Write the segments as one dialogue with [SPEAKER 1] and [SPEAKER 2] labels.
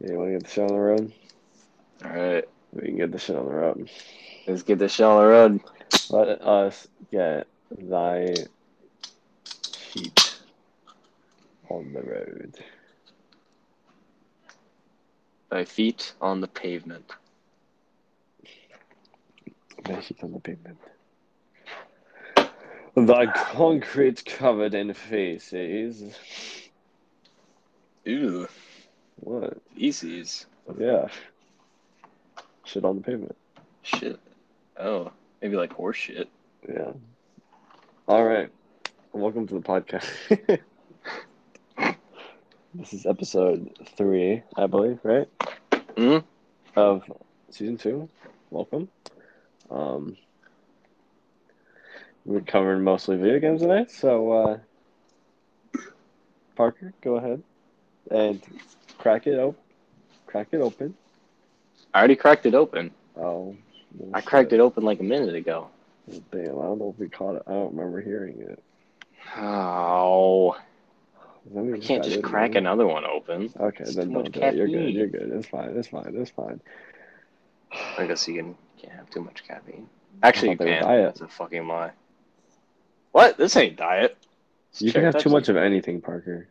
[SPEAKER 1] You want to get the show on the road?
[SPEAKER 2] All right,
[SPEAKER 1] We can get the shit on the road.
[SPEAKER 2] let's get this show on the road.
[SPEAKER 1] Let us get thy sheep on the road.
[SPEAKER 2] My feet on the pavement.
[SPEAKER 1] Thy sheep on the pavement. Thy concrete covered in faces.
[SPEAKER 2] Ew,
[SPEAKER 1] What?
[SPEAKER 2] feces.
[SPEAKER 1] Yeah. Shit on the pavement.
[SPEAKER 2] Shit. Oh, maybe like horse shit.
[SPEAKER 1] Yeah. All right. Welcome to the podcast. this is episode three, I believe, right?
[SPEAKER 2] Mm?
[SPEAKER 1] of season two. Welcome. Um, we're covering mostly video games tonight, so uh, Parker, go ahead and crack it open. Crack it open.
[SPEAKER 2] I already cracked it open.
[SPEAKER 1] Oh,
[SPEAKER 2] I cracked it open like a minute ago.
[SPEAKER 1] Damn, I don't know if we caught it. I don't remember hearing it.
[SPEAKER 2] Oh,
[SPEAKER 1] Then
[SPEAKER 2] I can't
[SPEAKER 1] got
[SPEAKER 2] just
[SPEAKER 1] it,
[SPEAKER 2] crack
[SPEAKER 1] man.
[SPEAKER 2] another one open.
[SPEAKER 1] Okay,
[SPEAKER 2] It's
[SPEAKER 1] then
[SPEAKER 2] too
[SPEAKER 1] don't
[SPEAKER 2] much
[SPEAKER 1] do it. You're good.
[SPEAKER 2] caffeine.
[SPEAKER 1] You're good. It's fine. It's fine. It's fine.
[SPEAKER 2] I guess you can, can't have too much caffeine. Actually, you
[SPEAKER 1] thought they were
[SPEAKER 2] can.
[SPEAKER 1] diet.
[SPEAKER 2] That's a fucking lie. What? This ain't diet. It's
[SPEAKER 1] You can
[SPEAKER 2] cherry
[SPEAKER 1] have too
[SPEAKER 2] Pepsi.
[SPEAKER 1] much of anything, Parker.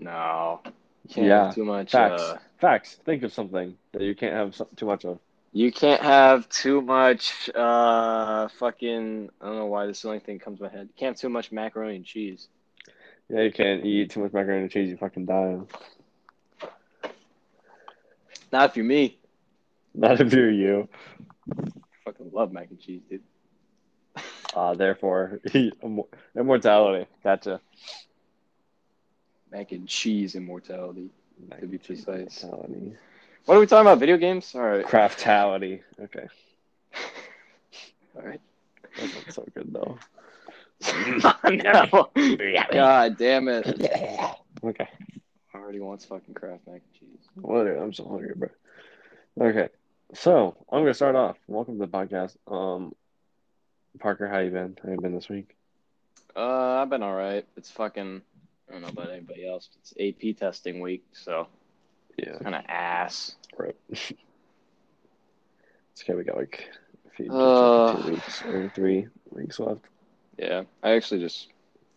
[SPEAKER 2] No. You can't
[SPEAKER 1] Yeah,
[SPEAKER 2] have too much.
[SPEAKER 1] Facts.
[SPEAKER 2] Uh,
[SPEAKER 1] Facts. Think of something that you can't have so- too much of.
[SPEAKER 2] You can't have too much uh fucking I don't know why this is the only thing that comes to my head. You can't have too much macaroni and cheese.
[SPEAKER 1] Yeah, you can't eat too much macaroni and cheese. You fucking die.
[SPEAKER 2] Not if you're me.
[SPEAKER 1] Not if you're you.
[SPEAKER 2] Fucking love mac and cheese, dude.
[SPEAKER 1] Uh, therefore, immor- immortality. Gotcha.
[SPEAKER 2] Mac and cheese immortality. To be precise.
[SPEAKER 1] Immortality.
[SPEAKER 2] What are we talking about? Video games? Alright.
[SPEAKER 1] Craftality. Okay.
[SPEAKER 2] Alright.
[SPEAKER 1] That's not so good, though.
[SPEAKER 2] no. God damn it.
[SPEAKER 1] okay.
[SPEAKER 2] Already wants fucking Kraft mac and cheese.
[SPEAKER 1] Literally, I'm so hungry, bro. Okay. So, I'm going to start off. Welcome to the podcast. Um, Parker, how you been? How you been this week?
[SPEAKER 2] Uh I've been alright. It's fucking I don't know about anybody else, but it's AP testing week, so
[SPEAKER 1] Yeah.
[SPEAKER 2] kinda ass.
[SPEAKER 1] Right. it's okay. We got like a few,
[SPEAKER 2] Uh.
[SPEAKER 1] two weeks or three weeks left.
[SPEAKER 2] Yeah, I actually just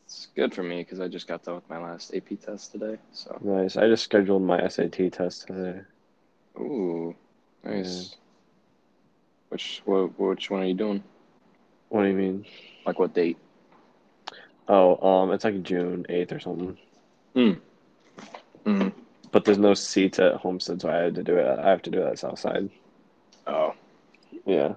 [SPEAKER 2] it's good for me because I just got done with my last AP test today. So
[SPEAKER 1] Nice. I just scheduled my SAT test today.
[SPEAKER 2] ooh, nice. Which what which one are you doing?
[SPEAKER 1] What do you mean?
[SPEAKER 2] Like what date?
[SPEAKER 1] Oh, um, it's like June eighth or something.
[SPEAKER 2] Mm.
[SPEAKER 1] But there's no seats at Homestead, so I had to do it. I have to do it at Southside.
[SPEAKER 2] Oh,
[SPEAKER 1] Yeah.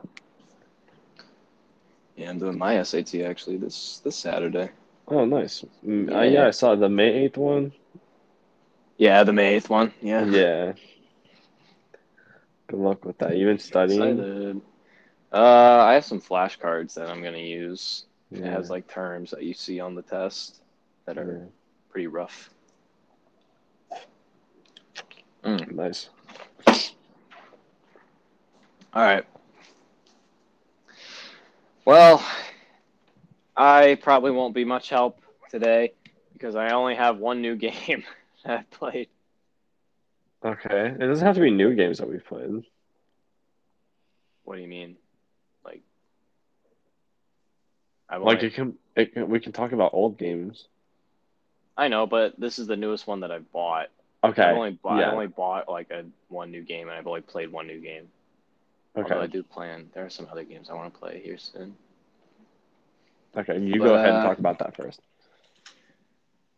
[SPEAKER 2] yeah, I'm doing my SAT actually this this Saturday.
[SPEAKER 1] Oh, nice. Mm, uh,
[SPEAKER 2] Yeah.
[SPEAKER 1] yeah, I saw the May eighth one.
[SPEAKER 2] Yeah, the May eighth one. Yeah.
[SPEAKER 1] Yeah. Good luck with that. You've been studying.
[SPEAKER 2] Excited. Uh, I have some flashcards that I'm gonna use. It
[SPEAKER 1] Yeah.
[SPEAKER 2] has like terms that you see on the test that are
[SPEAKER 1] Yeah.
[SPEAKER 2] pretty rough.
[SPEAKER 1] Nice.
[SPEAKER 2] All right. Well, I probably won't be much help today because I only have one new game that I played.
[SPEAKER 1] Okay. It doesn't have to be new games that we've played.
[SPEAKER 2] What do you mean? Like, I
[SPEAKER 1] Like
[SPEAKER 2] like
[SPEAKER 1] it can, it can. We can talk about old games.
[SPEAKER 2] I know, but this is the newest one that I've bought.
[SPEAKER 1] Okay.
[SPEAKER 2] I've only bought,
[SPEAKER 1] yeah.
[SPEAKER 2] I only bought like a one new game, and I've only played one new game.
[SPEAKER 1] okay.
[SPEAKER 2] Although I do plan. There are some other games I want to play here soon.
[SPEAKER 1] Okay. You
[SPEAKER 2] But,
[SPEAKER 1] go ahead and
[SPEAKER 2] uh,
[SPEAKER 1] talk about that first.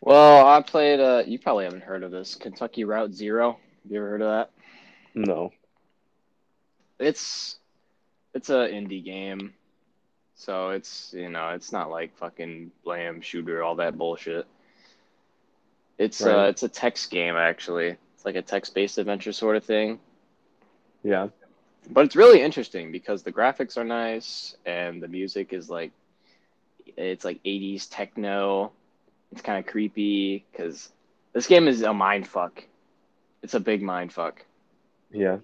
[SPEAKER 2] Well, I played. Uh, you probably haven't heard of this Kentucky Route Zero. Have you ever heard of that?
[SPEAKER 1] No.
[SPEAKER 2] it's it's a indie game so it's you know it's not like fucking blam shooter all that bullshit it's uh
[SPEAKER 1] Right.
[SPEAKER 2] it's a text game actually it's like a text-based adventure sort of thing
[SPEAKER 1] Yeah.
[SPEAKER 2] but it's really interesting because the graphics are nice and the music is like it's like 80s techno it's kind of creepy because this game is a mind fuck it's a big mind fuck
[SPEAKER 1] Yeah.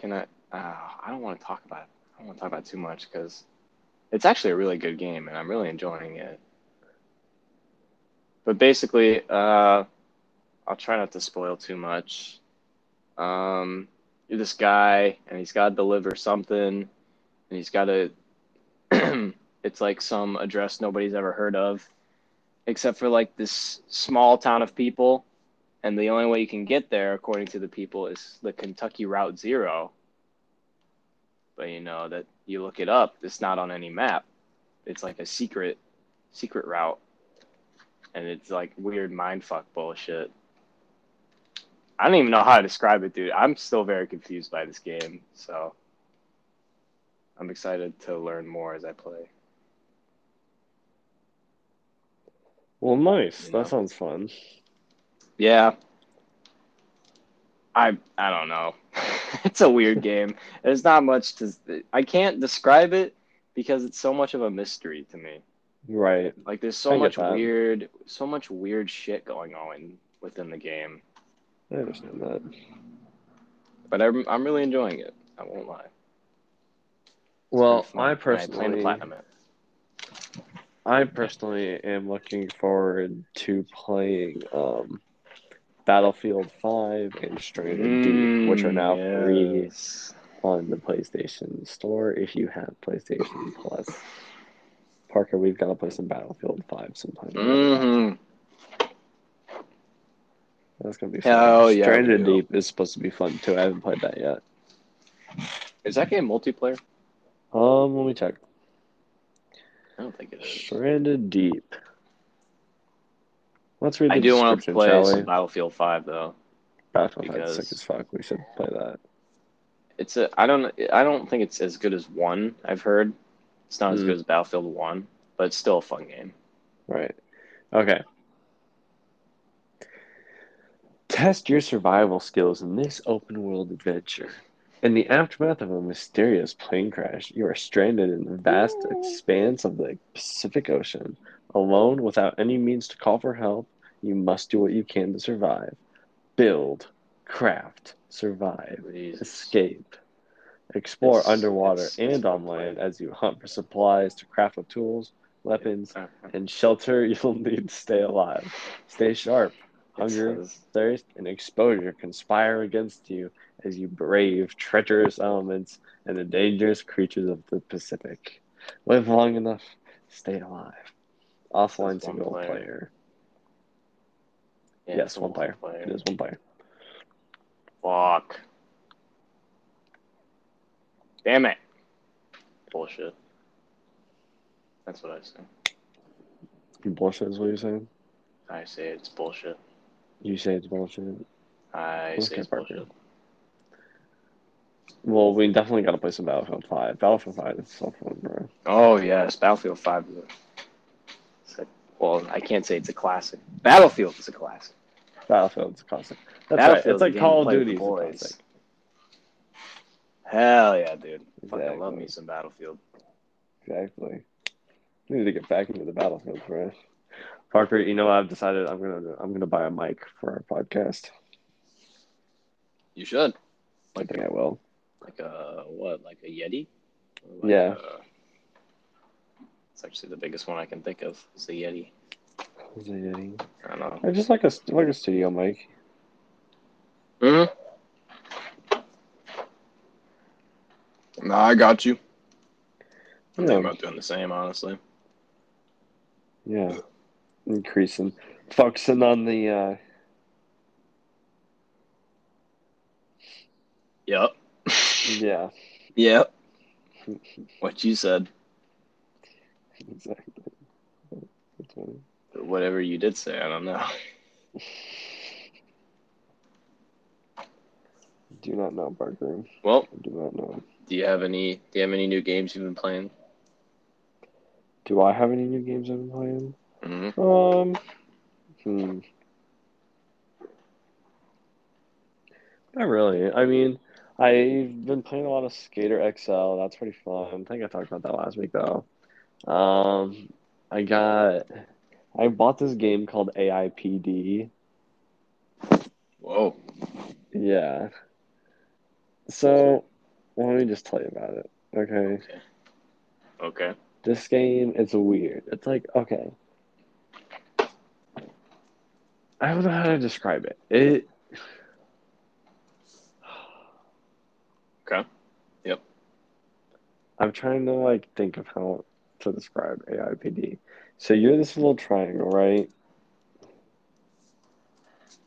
[SPEAKER 2] Can I? Uh, I don't want to talk about. It. I don't want to talk about it too much because it's actually a really good game, and I'm really enjoying it. But basically, uh, I'll try not to spoil too much. Um, you're this guy, and he's got to deliver something, and he's got to. it's like some address nobody's ever heard of, except for like this small town of people, and the only way you can get there, according to the people, is the Kentucky Route Zero. But you know that you look it up, it's not on any map. It's like a secret, secret route, and it's like weird mindfuck bullshit. I don't even know how to describe it, dude. I'm still very confused by this game, so I'm excited to learn more as I play.
[SPEAKER 1] Well, nice.
[SPEAKER 2] Yeah.
[SPEAKER 1] That sounds fun.
[SPEAKER 2] Yeah. I I don't know. it's a weird game. There's not much to I can't describe it because it's so much of a mystery to me.
[SPEAKER 1] Right.
[SPEAKER 2] Like there's
[SPEAKER 1] I
[SPEAKER 2] so
[SPEAKER 1] get
[SPEAKER 2] much
[SPEAKER 1] that.
[SPEAKER 2] weird so much weird shit going on within the game.
[SPEAKER 1] I understand that.
[SPEAKER 2] But I'm I'm really enjoying it. I won't lie. It's
[SPEAKER 1] Well, I
[SPEAKER 2] pretty fun, and I plan to
[SPEAKER 1] personally,
[SPEAKER 2] platinum it.
[SPEAKER 1] I personally am looking forward to playing um, Battlefield Five and Stranded Deep,
[SPEAKER 2] Mm,
[SPEAKER 1] which are Mm, now free
[SPEAKER 2] yes.
[SPEAKER 1] on the PlayStation Store if you have PlayStation Plus. Parker, we've got to play some Battlefield Five sometime.
[SPEAKER 2] hmm
[SPEAKER 1] That's gonna be fun.
[SPEAKER 2] Hell yeah,
[SPEAKER 1] Stranded
[SPEAKER 2] we will.
[SPEAKER 1] Deep is supposed to be fun too. I haven't played that yet.
[SPEAKER 2] Is that game multiplayer?
[SPEAKER 1] Um, let me check.
[SPEAKER 2] I don't think it is.
[SPEAKER 1] Stranded Deep. Let's read the
[SPEAKER 2] I do want to
[SPEAKER 1] description,
[SPEAKER 2] play
[SPEAKER 1] shall we?
[SPEAKER 2] some Battlefield Five though.
[SPEAKER 1] Battlefield
[SPEAKER 2] because-
[SPEAKER 1] Five's sick as fuck. We should play that.
[SPEAKER 2] It's a I don't I don't think it's as good as one. I've heard it's not as
[SPEAKER 1] Hmm.
[SPEAKER 2] good as Battlefield One, but it's still a fun game.
[SPEAKER 1] Right. Okay. Test your survival skills in this open world adventure. In the aftermath of a mysterious plane crash, you are stranded in the vast expanse of the Pacific Ocean. Alone, without any means to call for help, you must do what you can to survive. Build, craft, survive, escape. Explore
[SPEAKER 2] It's-
[SPEAKER 1] underwater
[SPEAKER 2] it's-
[SPEAKER 1] and
[SPEAKER 2] it's
[SPEAKER 1] on land as you hunt for supplies to craft up tools, weapons,
[SPEAKER 2] uh,
[SPEAKER 1] and shelter you'll need to stay alive. Stay sharp. Hunger, thirst, and exposure conspire against you as you brave treacherous elements and the dangerous creatures of the Pacific. Live long enough, stay alive. Offline
[SPEAKER 2] That's one
[SPEAKER 1] single
[SPEAKER 2] player.
[SPEAKER 1] player. yes, one player. It is one player.
[SPEAKER 2] Fuck. Damn it. Bullshit. That's what I say.
[SPEAKER 1] Bullshit is what you're saying?
[SPEAKER 2] I say it's bullshit.
[SPEAKER 1] You say it's bullshit.
[SPEAKER 2] I say
[SPEAKER 1] Okay,
[SPEAKER 2] it's
[SPEAKER 1] Parker.
[SPEAKER 2] bullshit.
[SPEAKER 1] Well, we definitely got to play some Battlefield 5. Battlefield 5 is so fun, bro.
[SPEAKER 2] Oh yes, Battlefield Five. Is a, it's a- well, I can't say it's a classic. Battlefield is a classic.
[SPEAKER 1] Battlefield's a classic. That's right.
[SPEAKER 2] Battlefield's
[SPEAKER 1] It's
[SPEAKER 2] a
[SPEAKER 1] like
[SPEAKER 2] game
[SPEAKER 1] Call
[SPEAKER 2] you
[SPEAKER 1] of
[SPEAKER 2] play with
[SPEAKER 1] Duty is a
[SPEAKER 2] boys.
[SPEAKER 1] classic.
[SPEAKER 2] Hell yeah, dude! Fucking love
[SPEAKER 1] Exactly.
[SPEAKER 2] me some Battlefield.
[SPEAKER 1] Exactly. We need to get back into the battlefield for us. Parker, you know I've decided I'm gonna I'm gonna buy a mic for our podcast.
[SPEAKER 2] You should.
[SPEAKER 1] I think I will.
[SPEAKER 2] Like a what? Like a Yeti? Or Like
[SPEAKER 1] Yeah.
[SPEAKER 2] a- it's actually the biggest one I can think of. Is the Yeti.
[SPEAKER 1] Is it any-
[SPEAKER 2] I don't know.
[SPEAKER 1] I just like a like a studio mic.
[SPEAKER 2] Mm-hmm. Nah, I got you. I'm thinking
[SPEAKER 1] Yeah,
[SPEAKER 2] about doing the same, honestly.
[SPEAKER 1] yeah. Increasing, focusing on the uh,
[SPEAKER 2] Yep.
[SPEAKER 1] yeah.
[SPEAKER 2] yep. What you said.
[SPEAKER 1] Exactly. That's funny.
[SPEAKER 2] Whatever you did say, I don't know.
[SPEAKER 1] Do not know Parker.
[SPEAKER 2] Well,
[SPEAKER 1] I do not know.
[SPEAKER 2] Do you have any? Do you have any new games you've been playing?
[SPEAKER 1] Do I have any new games I've been playing?
[SPEAKER 2] Mm-hmm.
[SPEAKER 1] Um, hmm. Not really. I mean, I've been playing a lot of Skater XL. That's pretty fun. I think I talked about that last week though. Um, I got, I bought this game called AIPD.
[SPEAKER 2] Whoa!
[SPEAKER 1] Yeah. So, let me just tell you about it. Okay.
[SPEAKER 2] Okay.
[SPEAKER 1] This game, it's weird. It's like, okay. I don't know how to describe it. It
[SPEAKER 2] Okay. Yep.
[SPEAKER 1] I'm trying to like think of how to describe AIPD. So you're this little triangle, right?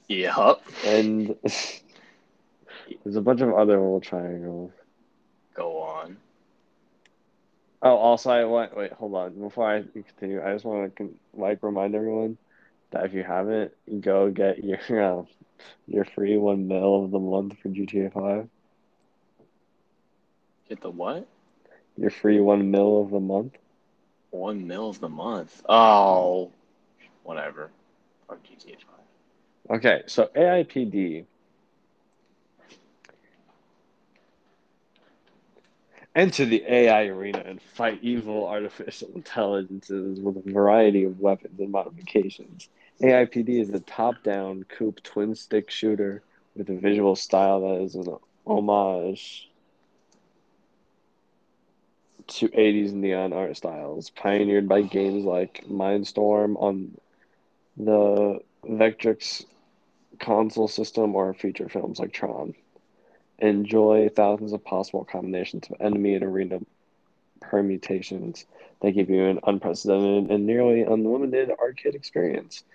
[SPEAKER 2] Yep.
[SPEAKER 1] And there's a bunch of other little triangles.
[SPEAKER 2] Go on.
[SPEAKER 1] Oh, also, I want wait. Hold on. Before I continue, I just want to like remind everyone that if you haven't, go get your uh, your free one mil of the month for GTA Five.
[SPEAKER 2] Get the what?
[SPEAKER 1] Your free one mil of the month.
[SPEAKER 2] One mil of the month. Oh, whatever. Fuck GTA Five.
[SPEAKER 1] Okay, so AIPD. Enter the AI arena and fight evil artificial intelligences with a variety of weapons and modifications. AIPD is a top down coupe twin stick shooter with a visual style that is an homage to 80s neon art styles, pioneered by games like Mindstorm on the Vectrix console system or feature films like Tron. Enjoy thousands of possible combinations of enemy and arena permutations that give you an unprecedented and nearly unlimited arcade experience.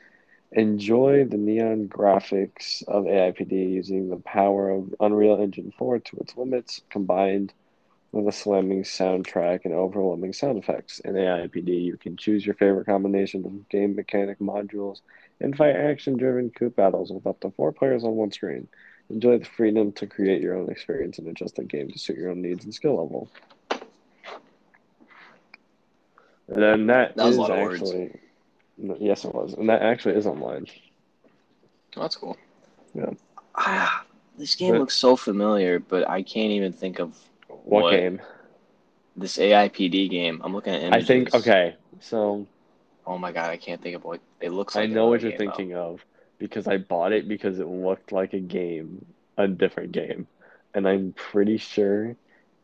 [SPEAKER 1] Enjoy the neon graphics of AIPD using the power of Unreal Engine 4 to its limits, combined with a slamming soundtrack and overwhelming sound effects. In AIPD, you can choose your favorite combination of game mechanic modules and fight action driven coup battles with up to four players on one screen. Enjoy the freedom to create your own experience and adjust the game to suit your own needs and skill level. And then that,
[SPEAKER 2] That was
[SPEAKER 1] is
[SPEAKER 2] a lot of words.
[SPEAKER 1] actually, No, yes, it was, and that actually is online.
[SPEAKER 2] Oh, that's cool.
[SPEAKER 1] Yeah.
[SPEAKER 2] Ah, this game
[SPEAKER 1] But-
[SPEAKER 2] looks so familiar, but I can't even think of
[SPEAKER 1] What,
[SPEAKER 2] What?
[SPEAKER 1] game?
[SPEAKER 2] this AIPD game. I'm looking at
[SPEAKER 1] I
[SPEAKER 2] images.
[SPEAKER 1] think okay. So
[SPEAKER 2] Oh my god, I can't think of what it looks
[SPEAKER 1] I
[SPEAKER 2] like.
[SPEAKER 1] know what you're
[SPEAKER 2] another game,
[SPEAKER 1] thinking of because I bought it because it looked like a game, a different game, and I'm pretty sure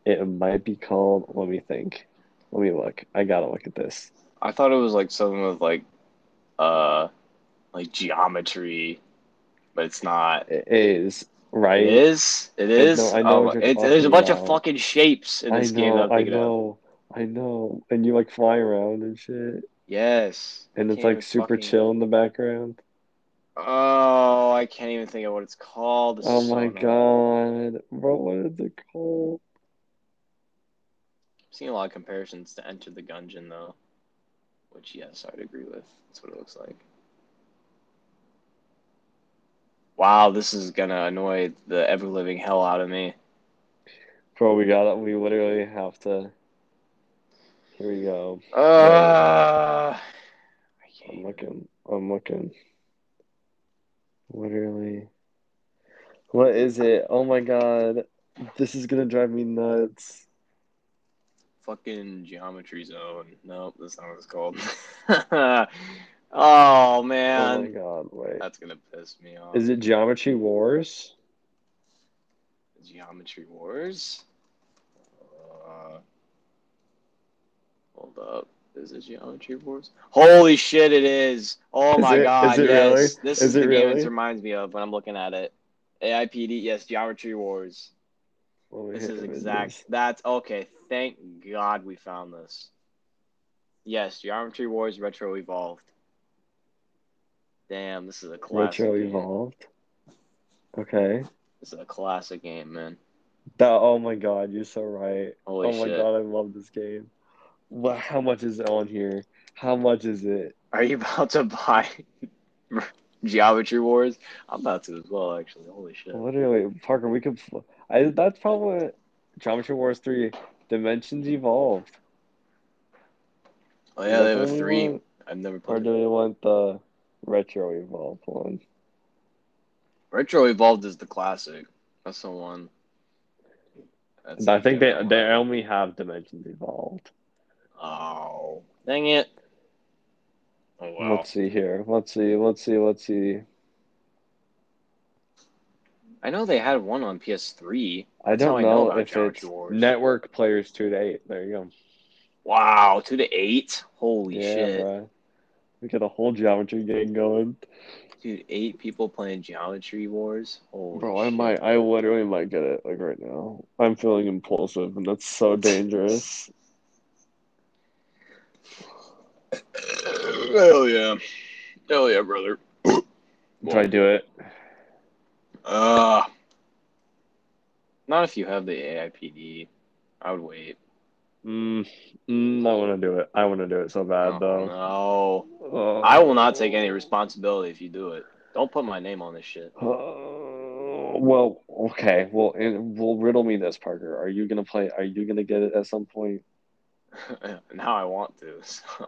[SPEAKER 1] it might be called. Let me think. Let me look. I gotta look at this.
[SPEAKER 2] though. I thought it was like something with like, uh, like geometry, but it's not.
[SPEAKER 1] It is right.
[SPEAKER 2] It is. It is.
[SPEAKER 1] know- I know
[SPEAKER 2] oh,
[SPEAKER 1] what you're
[SPEAKER 2] it's, there's a
[SPEAKER 1] talking
[SPEAKER 2] bunch of
[SPEAKER 1] about.
[SPEAKER 2] fucking shapes in
[SPEAKER 1] I
[SPEAKER 2] this game. That
[SPEAKER 1] know.
[SPEAKER 2] I'm
[SPEAKER 1] I
[SPEAKER 2] thinking of.
[SPEAKER 1] know. I know. And you like fly around and shit,
[SPEAKER 2] Yes.
[SPEAKER 1] and
[SPEAKER 2] I
[SPEAKER 1] it's
[SPEAKER 2] can't even
[SPEAKER 1] like super
[SPEAKER 2] fucking-
[SPEAKER 1] chill in the background.
[SPEAKER 2] Oh, I can't even think of what it's called. This
[SPEAKER 1] Oh
[SPEAKER 2] is so
[SPEAKER 1] my
[SPEAKER 2] annoying.
[SPEAKER 1] god, bro! What is it called?
[SPEAKER 2] I've seen a lot of comparisons to Enter the Gungeon, though, which yes, I'd agree with. That's what it looks like. Wow, this is gonna annoy the ever living hell out of me.
[SPEAKER 1] Bro, we got it. We literally have to. Here we go.
[SPEAKER 2] Uh, I can't.
[SPEAKER 1] I'm
[SPEAKER 2] even-
[SPEAKER 1] looking. I'm looking. Literally. What is it? Oh my god. This is gonna drive me nuts.
[SPEAKER 2] Fucking Geometry Zone. Nope, that's not what it's called. oh
[SPEAKER 1] Oh my
[SPEAKER 2] man,
[SPEAKER 1] god, wait.
[SPEAKER 2] that's gonna piss me off.
[SPEAKER 1] Is it Geometry Wars?
[SPEAKER 2] Geometry Wars? Uh, hold up. Is it Geometry Wars? Holy shit, it is! Oh
[SPEAKER 1] Is
[SPEAKER 2] my
[SPEAKER 1] it- is
[SPEAKER 2] god,
[SPEAKER 1] it
[SPEAKER 2] yes.
[SPEAKER 1] really?
[SPEAKER 2] This
[SPEAKER 1] Is
[SPEAKER 2] is, the
[SPEAKER 1] it
[SPEAKER 2] game
[SPEAKER 1] really?
[SPEAKER 2] it reminds me of when I'm looking at it. AIPD, yes, Geometry Wars.
[SPEAKER 1] Let me
[SPEAKER 2] This
[SPEAKER 1] hit
[SPEAKER 2] is
[SPEAKER 1] images.
[SPEAKER 2] exact. That's okay. Thank God we found this. Yes, Geometry Wars Retro Evolved. Damn, this is a classic.
[SPEAKER 1] Retro
[SPEAKER 2] game.
[SPEAKER 1] Evolved. Okay.
[SPEAKER 2] This is a classic game, man.
[SPEAKER 1] That. Oh my god, you're so right.
[SPEAKER 2] Holy
[SPEAKER 1] oh
[SPEAKER 2] shit.
[SPEAKER 1] my god, I love this game. Wha How much is it on here? How much is it?
[SPEAKER 2] Are you about to buy Geometry Wars? I'm about to as well, actually. Holy shit.
[SPEAKER 1] Literally, Parker, we could. fl- I, that's probably Geometry Wars 3 Dimensions Evolved.
[SPEAKER 2] Oh, yeah, they have
[SPEAKER 1] Do
[SPEAKER 2] a
[SPEAKER 1] we
[SPEAKER 2] three.
[SPEAKER 1] want-
[SPEAKER 2] I've never
[SPEAKER 1] Or
[SPEAKER 2] played
[SPEAKER 1] do
[SPEAKER 2] it.
[SPEAKER 1] we want the Retro Evolved one?
[SPEAKER 2] Retro Evolved is the classic. That's the one. That's
[SPEAKER 1] I think they,
[SPEAKER 2] different
[SPEAKER 1] they
[SPEAKER 2] one.
[SPEAKER 1] only have Dimensions Evolved.
[SPEAKER 2] Oh. Dang it. Oh, wow.
[SPEAKER 1] Let's see here. Let's see. Let's see. Let's see.
[SPEAKER 2] I know they had one on PS3.
[SPEAKER 1] I
[SPEAKER 2] That's how
[SPEAKER 1] don't
[SPEAKER 2] I know
[SPEAKER 1] know
[SPEAKER 2] about
[SPEAKER 1] if
[SPEAKER 2] Geometry
[SPEAKER 1] it's
[SPEAKER 2] Wars.
[SPEAKER 1] Network Players 2 to 8. There you go.
[SPEAKER 2] Wow, two to eight. Holy
[SPEAKER 1] yeah,
[SPEAKER 2] shit!
[SPEAKER 1] bruh. We got a whole geometry game going.
[SPEAKER 2] Dude, eight people playing Geometry Wars. Holy
[SPEAKER 1] Bro, I
[SPEAKER 2] shit.
[SPEAKER 1] might, I literally might get it like right now. I'm feeling impulsive, and that's so dangerous.
[SPEAKER 2] Hell yeah. Hell yeah, brother.
[SPEAKER 1] Do I do it?
[SPEAKER 2] Uh, not if you have the AIPD. I would wait.
[SPEAKER 1] Mm, mm, I want to do it. I want to do it so bad, though.
[SPEAKER 2] Oh, no.
[SPEAKER 1] Oh.
[SPEAKER 2] I will not take any responsibility if you do it. Don't put my name on this shit.
[SPEAKER 1] Uh, well, okay. Well, and well, riddle me this, Parker. Are you gonna play? Are you gonna get it at some point?
[SPEAKER 2] now I want to. So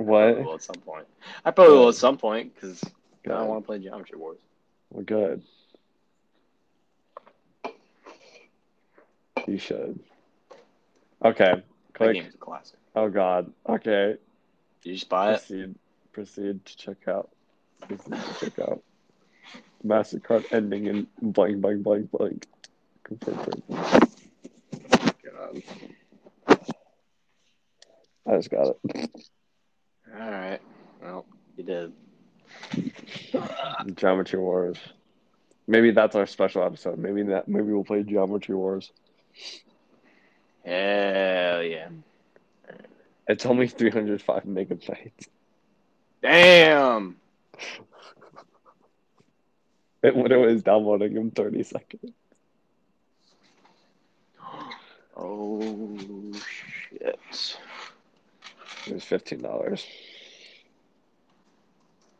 [SPEAKER 2] I
[SPEAKER 1] What?
[SPEAKER 2] will at some point. I probably will at some point because I
[SPEAKER 1] Good.
[SPEAKER 2] want to play Geometry Wars.
[SPEAKER 1] Well, good. You should. Okay.
[SPEAKER 2] That
[SPEAKER 1] Click.
[SPEAKER 2] game's a classic.
[SPEAKER 1] Oh God. Okay.
[SPEAKER 2] Did you just buy it?
[SPEAKER 1] Proceed. Proceed to check out. Proceed to check out. Mastercard ending in blank, blank, blank, blank. Confirm purchase. God. I just got it.
[SPEAKER 2] All right. Well, you did.
[SPEAKER 1] Geometry Wars. Maybe that's our special episode. Maybe that. Maybe we'll play Geometry Wars.
[SPEAKER 2] Hell yeah.
[SPEAKER 1] It's only 305 megabytes.
[SPEAKER 2] Damn.
[SPEAKER 1] It literally is downloading in 30 seconds.
[SPEAKER 2] Oh shit.
[SPEAKER 1] It was $15.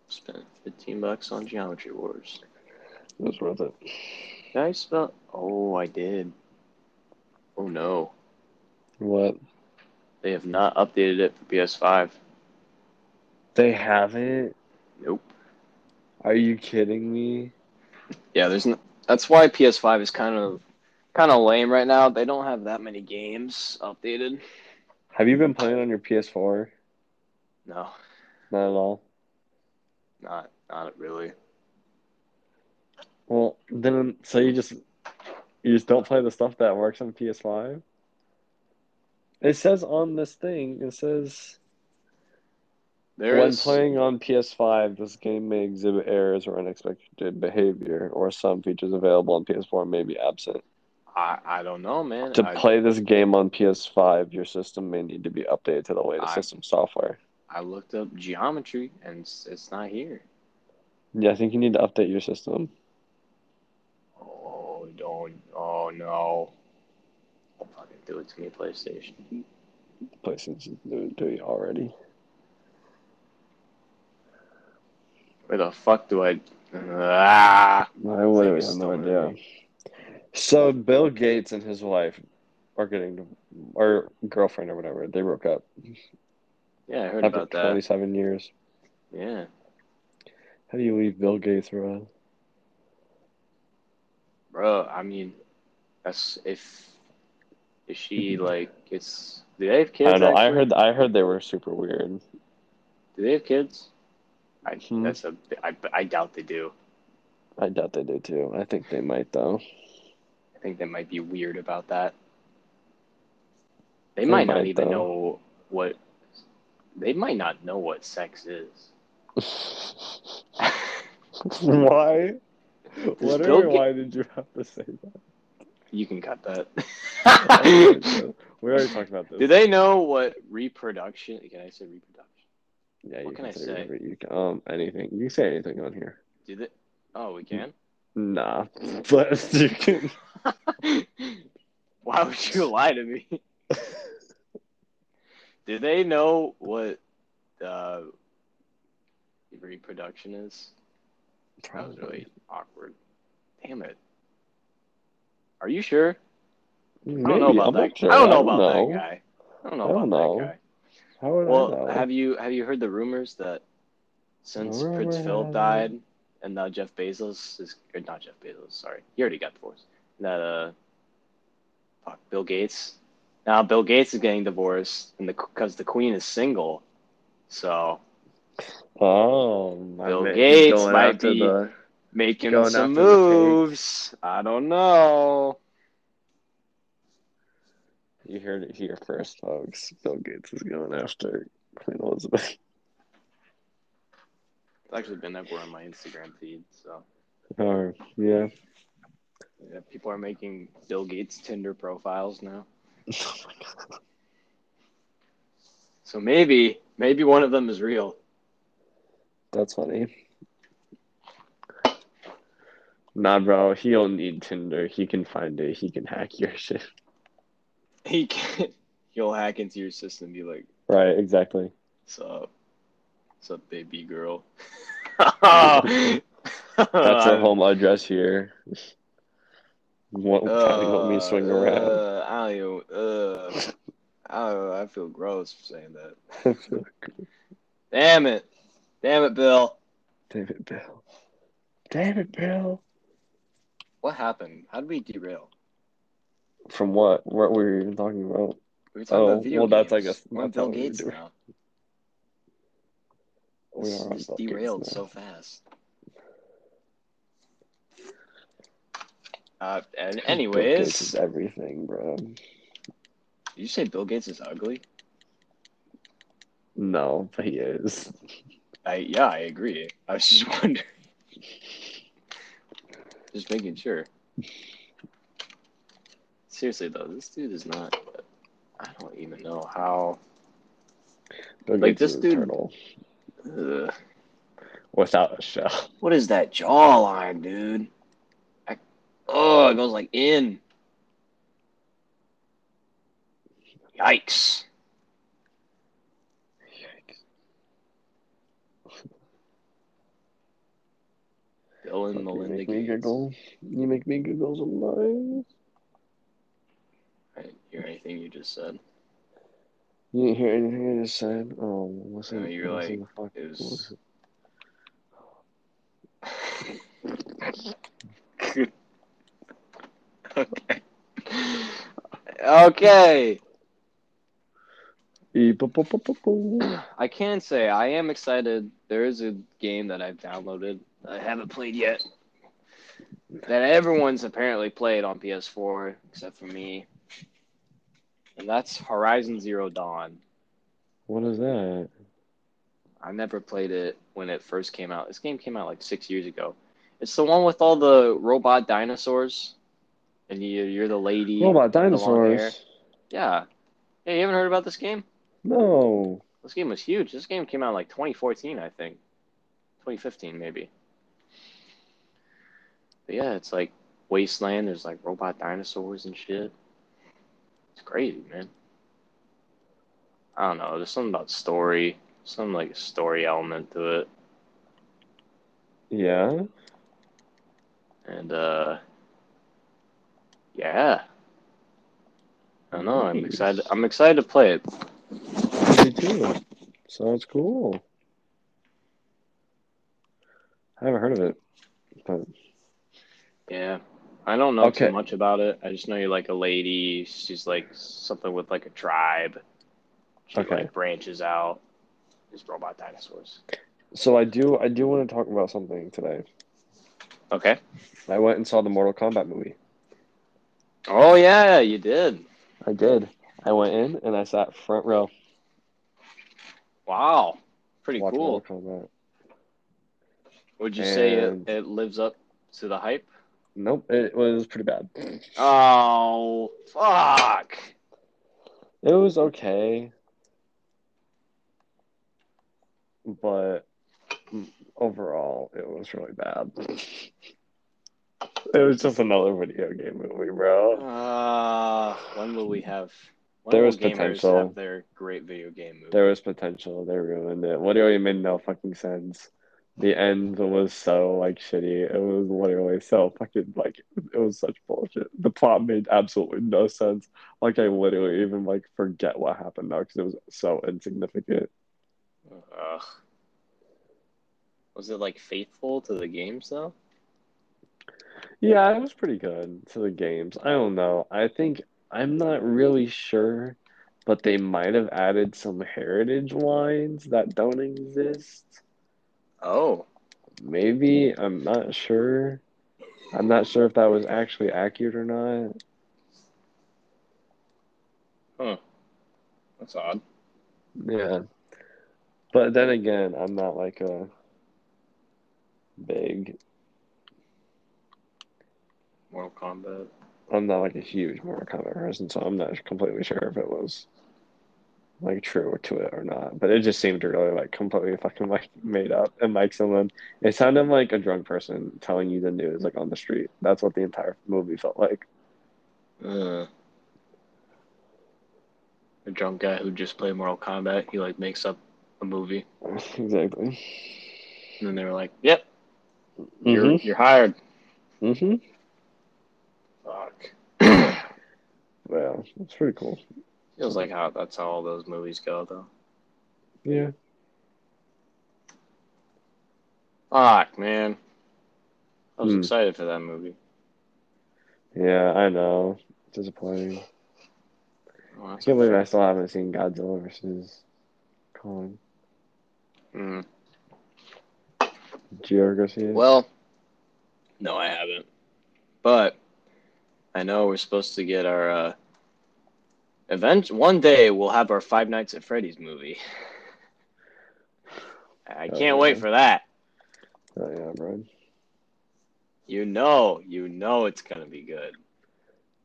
[SPEAKER 2] Spent fifteen bucks on Geometry Wars.
[SPEAKER 1] It was worth it.
[SPEAKER 2] Did I spell? Oh, I did. Oh no,
[SPEAKER 1] What?
[SPEAKER 2] they have not updated it for PS5.
[SPEAKER 1] They haven't?
[SPEAKER 2] Nope.
[SPEAKER 1] Are you kidding me?
[SPEAKER 2] Yeah, there's. No, that's why PS5 is kind of kind of lame right now. They don't have that many games updated.
[SPEAKER 1] Have you been playing on your PS4?
[SPEAKER 2] No,
[SPEAKER 1] Not at all.
[SPEAKER 2] not not really.
[SPEAKER 1] Well, then, so you just you just don't play the stuff that works on PS5. It says on this thing, it says
[SPEAKER 2] There
[SPEAKER 1] when
[SPEAKER 2] is-
[SPEAKER 1] playing on PS5, this game may exhibit errors or unexpected behavior, or some features available on PS4 may be absent.
[SPEAKER 2] I I don't know, man.
[SPEAKER 1] To
[SPEAKER 2] I,
[SPEAKER 1] play this game on PS5, your system may need to be updated to the latest
[SPEAKER 2] I-
[SPEAKER 1] system software.
[SPEAKER 2] I looked up geometry and it's, it's not here.
[SPEAKER 1] Yeah, I think you need to update your system.
[SPEAKER 2] Oh, don't. Oh, no. Don't fucking do it to me, PlayStation.
[SPEAKER 1] PlayStation's doing it already.
[SPEAKER 2] Where the fuck do I. Ah!
[SPEAKER 1] I literally
[SPEAKER 2] it's
[SPEAKER 1] have no
[SPEAKER 2] still
[SPEAKER 1] idea. So Bill Gates and his wife are getting, or girlfriend or whatever, they broke up
[SPEAKER 2] Yeah, I heard
[SPEAKER 1] after
[SPEAKER 2] about that.
[SPEAKER 1] 27 years.
[SPEAKER 2] Yeah.
[SPEAKER 1] How do you leave Bill Gates around?
[SPEAKER 2] Bro, I mean, that's if. Is she like. It's. Do they have
[SPEAKER 1] I
[SPEAKER 2] kids?
[SPEAKER 1] don't know. I
[SPEAKER 2] actually?
[SPEAKER 1] heard, I heard they were super weird.
[SPEAKER 2] Do they have kids? I,
[SPEAKER 1] Hmm.
[SPEAKER 2] that's a, I, I doubt they do.
[SPEAKER 1] I doubt they do too. I think they might though.
[SPEAKER 2] I think they might be weird about that. They,
[SPEAKER 1] They
[SPEAKER 2] might, not
[SPEAKER 1] might,
[SPEAKER 2] even
[SPEAKER 1] though.
[SPEAKER 2] know what. They might not know what sex is.
[SPEAKER 1] why? What
[SPEAKER 2] Bill Ga-
[SPEAKER 1] why did you have to say
[SPEAKER 2] You can cut that.
[SPEAKER 1] that? we already talked about this.
[SPEAKER 2] Do they know what reproduction? Can I say reproduction?
[SPEAKER 1] Yeah, you
[SPEAKER 2] What can I
[SPEAKER 1] say
[SPEAKER 2] say?
[SPEAKER 1] whatever You can, um, anything. You can say anything on here.
[SPEAKER 2] Do they? Oh, we can.
[SPEAKER 1] Nah, but you can.
[SPEAKER 2] Why would you lie to me? Do they know what uh, reproduction is? That was really awkward. Damn it. Are you sure? I don't know
[SPEAKER 1] Mm, Maybe,
[SPEAKER 2] about
[SPEAKER 1] I'm
[SPEAKER 2] that.
[SPEAKER 1] not sure.
[SPEAKER 2] I don't know about
[SPEAKER 1] know.
[SPEAKER 2] that guy. I don't know
[SPEAKER 1] I don't
[SPEAKER 2] about
[SPEAKER 1] know.
[SPEAKER 2] that guy.
[SPEAKER 1] How would I
[SPEAKER 2] Well,
[SPEAKER 1] know?
[SPEAKER 2] have you have you heard the rumors that since
[SPEAKER 1] Rumor
[SPEAKER 2] Prince Philip
[SPEAKER 1] has it.
[SPEAKER 2] died and now Jeff Bezos is or not Jeff Bezos, sorry, he already got divorced. That uh, fuck, Bill Gates. Now Bill Gates is getting divorced, and the because the Queen is single, so
[SPEAKER 1] Oh, my
[SPEAKER 2] Bill
[SPEAKER 1] man,
[SPEAKER 2] Gates
[SPEAKER 1] going
[SPEAKER 2] might
[SPEAKER 1] after
[SPEAKER 2] be-
[SPEAKER 1] the-
[SPEAKER 2] making
[SPEAKER 1] Going
[SPEAKER 2] some
[SPEAKER 1] after the king.
[SPEAKER 2] moves. I don't know.
[SPEAKER 1] You heard it here first, folks. Bill Gates is going after Queen Elizabeth.
[SPEAKER 2] It's actually been everywhere on my Instagram feed. So
[SPEAKER 1] Or yeah.
[SPEAKER 2] yeah, people are making Bill Gates Tinder profiles now. So maybe, maybe one of them is real.
[SPEAKER 1] That's funny. Nah, bro. He'll need Tinder. He can find it. He can hack your shit.
[SPEAKER 2] He can, he'll hack into your system and be like,
[SPEAKER 1] Right. Exactly.
[SPEAKER 2] "Sup, sup, baby girl." That's
[SPEAKER 1] That's her home address here. What kind of help me swing around?
[SPEAKER 2] Uh, I don't even. Uh, I, don't know, I feel gross for saying that.
[SPEAKER 1] uh,
[SPEAKER 2] Damn it, damn it, Bill.
[SPEAKER 1] Damn it, Bill. Damn it, Bill.
[SPEAKER 2] What happened? How did we derail?
[SPEAKER 1] From what? What were you even talking about?
[SPEAKER 2] We were talking
[SPEAKER 1] Oh,
[SPEAKER 2] about video
[SPEAKER 1] well, that's, I
[SPEAKER 2] games.
[SPEAKER 1] guess,
[SPEAKER 2] We're on
[SPEAKER 1] that's
[SPEAKER 2] Bill
[SPEAKER 1] what we were
[SPEAKER 2] Gates
[SPEAKER 1] doing.
[SPEAKER 2] now.
[SPEAKER 1] We
[SPEAKER 2] This
[SPEAKER 1] are on
[SPEAKER 2] this
[SPEAKER 1] Bill Gates
[SPEAKER 2] derailed
[SPEAKER 1] now.
[SPEAKER 2] so fast. Uh,
[SPEAKER 1] Bill
[SPEAKER 2] and
[SPEAKER 1] Gates
[SPEAKER 2] anyways,
[SPEAKER 1] is everything, bro.
[SPEAKER 2] did you say Bill Gates is ugly?
[SPEAKER 1] No, but he is.
[SPEAKER 2] I yeah, I agree. I was just wondering, just making sure. Seriously though, this dude is not. I don't even know how.
[SPEAKER 1] Bill
[SPEAKER 2] Like,
[SPEAKER 1] Gates is
[SPEAKER 2] this dude-
[SPEAKER 1] eternal
[SPEAKER 2] Ugh.
[SPEAKER 1] without a shell.
[SPEAKER 2] What is that jawline, dude? I, oh, it goes like in. Yikes! Bill and
[SPEAKER 1] Fuck, You
[SPEAKER 2] Melinda
[SPEAKER 1] make me
[SPEAKER 2] Gates.
[SPEAKER 1] giggle. You make me giggle sometimes.
[SPEAKER 2] I didn't hear anything you just said.
[SPEAKER 1] You didn't hear anything I just said? Oh, what's
[SPEAKER 2] No,
[SPEAKER 1] in-
[SPEAKER 2] you're
[SPEAKER 1] what's in
[SPEAKER 2] like,
[SPEAKER 1] the fuck-
[SPEAKER 2] It was. okay. Okay.
[SPEAKER 1] Eep, boop, boop, boop, boop, boop.
[SPEAKER 2] I can say I am excited. There is a game that I've downloaded. that I haven't played yet. That everyone's apparently played on PS4 except for me. And that's Horizon Zero Dawn.
[SPEAKER 1] What is that?
[SPEAKER 2] I never played it when it first came out. This game came out like six years ago. It's the one with all the robot dinosaurs, and you, you're the lady.
[SPEAKER 1] Robot
[SPEAKER 2] the long hair.
[SPEAKER 1] dinosaurs.
[SPEAKER 2] Yeah. Yeah, you haven't heard about this game?
[SPEAKER 1] No.
[SPEAKER 2] This game was huge. This game came out like 2014, I think. 2015, maybe. But yeah, it's like Wasteland. There's like robot dinosaurs and shit. It's crazy, man. I don't know. There's something about story, some like story element to it.
[SPEAKER 1] Yeah.
[SPEAKER 2] And uh yeah. I don't know. I'm
[SPEAKER 1] Nice.
[SPEAKER 2] excited. I'm excited to play it.
[SPEAKER 1] Me too. Sounds cool. I haven't heard of it. But
[SPEAKER 2] Yeah. I don't know
[SPEAKER 1] Okay.
[SPEAKER 2] too much about it. I just know you're like a lady. She's like something with like a tribe. She
[SPEAKER 1] Okay.
[SPEAKER 2] like branches out. There's robot dinosaurs.
[SPEAKER 1] so I do I do want to talk about something today.
[SPEAKER 2] Okay.
[SPEAKER 1] I went and saw the Mortal Kombat movie.
[SPEAKER 2] Oh yeah, you did.
[SPEAKER 1] I did. I went in and I sat front row
[SPEAKER 2] Wow. Pretty
[SPEAKER 1] watching
[SPEAKER 2] cool.
[SPEAKER 1] Mortal Kombat.
[SPEAKER 2] Would you say
[SPEAKER 1] And-
[SPEAKER 2] it, it lives up to the hype?
[SPEAKER 1] Nope, it was pretty bad.
[SPEAKER 2] Oh fuck.
[SPEAKER 1] It was okay. But mm, overall, it was really bad. It was just another video game movie, bro.
[SPEAKER 2] Uh, when will we have? When
[SPEAKER 1] There
[SPEAKER 2] will
[SPEAKER 1] is
[SPEAKER 2] gamers
[SPEAKER 1] potential.
[SPEAKER 2] Have their great video game movie.
[SPEAKER 1] There was potential. They ruined it. Literally made no fucking sense. The end was so like shitty. It was literally so fucking like it was such bullshit. The plot made absolutely no sense. Like I literally even like forget what happened now because it was so insignificant.
[SPEAKER 2] Ugh. Was it like faithful to the games though?
[SPEAKER 1] Yeah, it was pretty good to the games. I don't know. I think I'm not really sure, but they might have added some heritage lines that don't exist.
[SPEAKER 2] Oh,
[SPEAKER 1] Maybe I'm not sure. I'm not sure if that was actually accurate or not.
[SPEAKER 2] that's odd.
[SPEAKER 1] Yeah. But then again, I'm not like a big.
[SPEAKER 2] Mortal Kombat.
[SPEAKER 1] I'm not like a huge Mortal Kombat person, so I'm not completely sure if it was like true to it or not. But it just seemed really like completely fucking like made up and like someone it sounded like a drunk person telling you the news like on the street. That's what the entire movie felt like.
[SPEAKER 2] Uh, a drunk guy who just played Mortal Kombat. He like makes up a movie,
[SPEAKER 1] exactly.
[SPEAKER 2] and then they were like, "Yep, you're
[SPEAKER 1] Mm-hmm.
[SPEAKER 2] you're hired."
[SPEAKER 1] hmm hmm
[SPEAKER 2] Fuck.
[SPEAKER 1] Well, it's pretty cool.
[SPEAKER 2] Feels like how that's how all those movies go though.
[SPEAKER 1] Yeah.
[SPEAKER 2] Fuck, man. I was
[SPEAKER 1] Hmm.
[SPEAKER 2] excited for that movie.
[SPEAKER 1] Yeah, I know. Disappointing.
[SPEAKER 2] Well,
[SPEAKER 1] I can't believe I still haven't seen Godzilla versus Kong.
[SPEAKER 2] Mm.
[SPEAKER 1] Did you ever go see it?
[SPEAKER 2] Well, no, I haven't. But I know we're supposed to get our uh, event. One day we'll have our Five Nights at Freddy's movie. I
[SPEAKER 1] Oh,
[SPEAKER 2] can't wait
[SPEAKER 1] yeah.
[SPEAKER 2] for that.
[SPEAKER 1] oh, yeah, bro.
[SPEAKER 2] You know, you know it's gonna be good.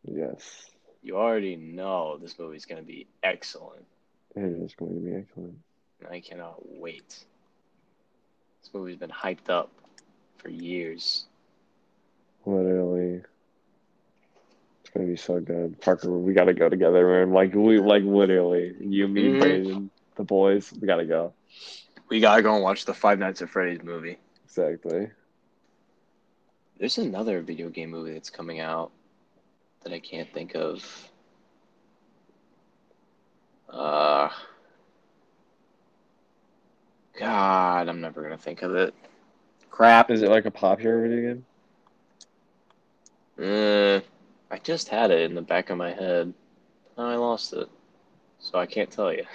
[SPEAKER 1] Yes,
[SPEAKER 2] You already know this movie's gonna be excellent.
[SPEAKER 1] it is going to be excellent.
[SPEAKER 2] and I cannot wait. This movie's been hyped up for years.
[SPEAKER 1] Literally, it's going to be so good. Parker, we got to go together, man. Like we, like literally, you, me,
[SPEAKER 2] Mhm.
[SPEAKER 1] Brandon, the boys, we got to go.
[SPEAKER 2] We gotta go and watch the Five Nights at Freddy's movie.
[SPEAKER 1] Exactly.
[SPEAKER 2] There's another video game movie that's coming out that I can't think of. Uh, God, I'm never gonna think of it. Crap.
[SPEAKER 1] Is it like a popular video game?
[SPEAKER 2] Mm, I just had it in the back of my head. Now I lost it, so I can't tell you.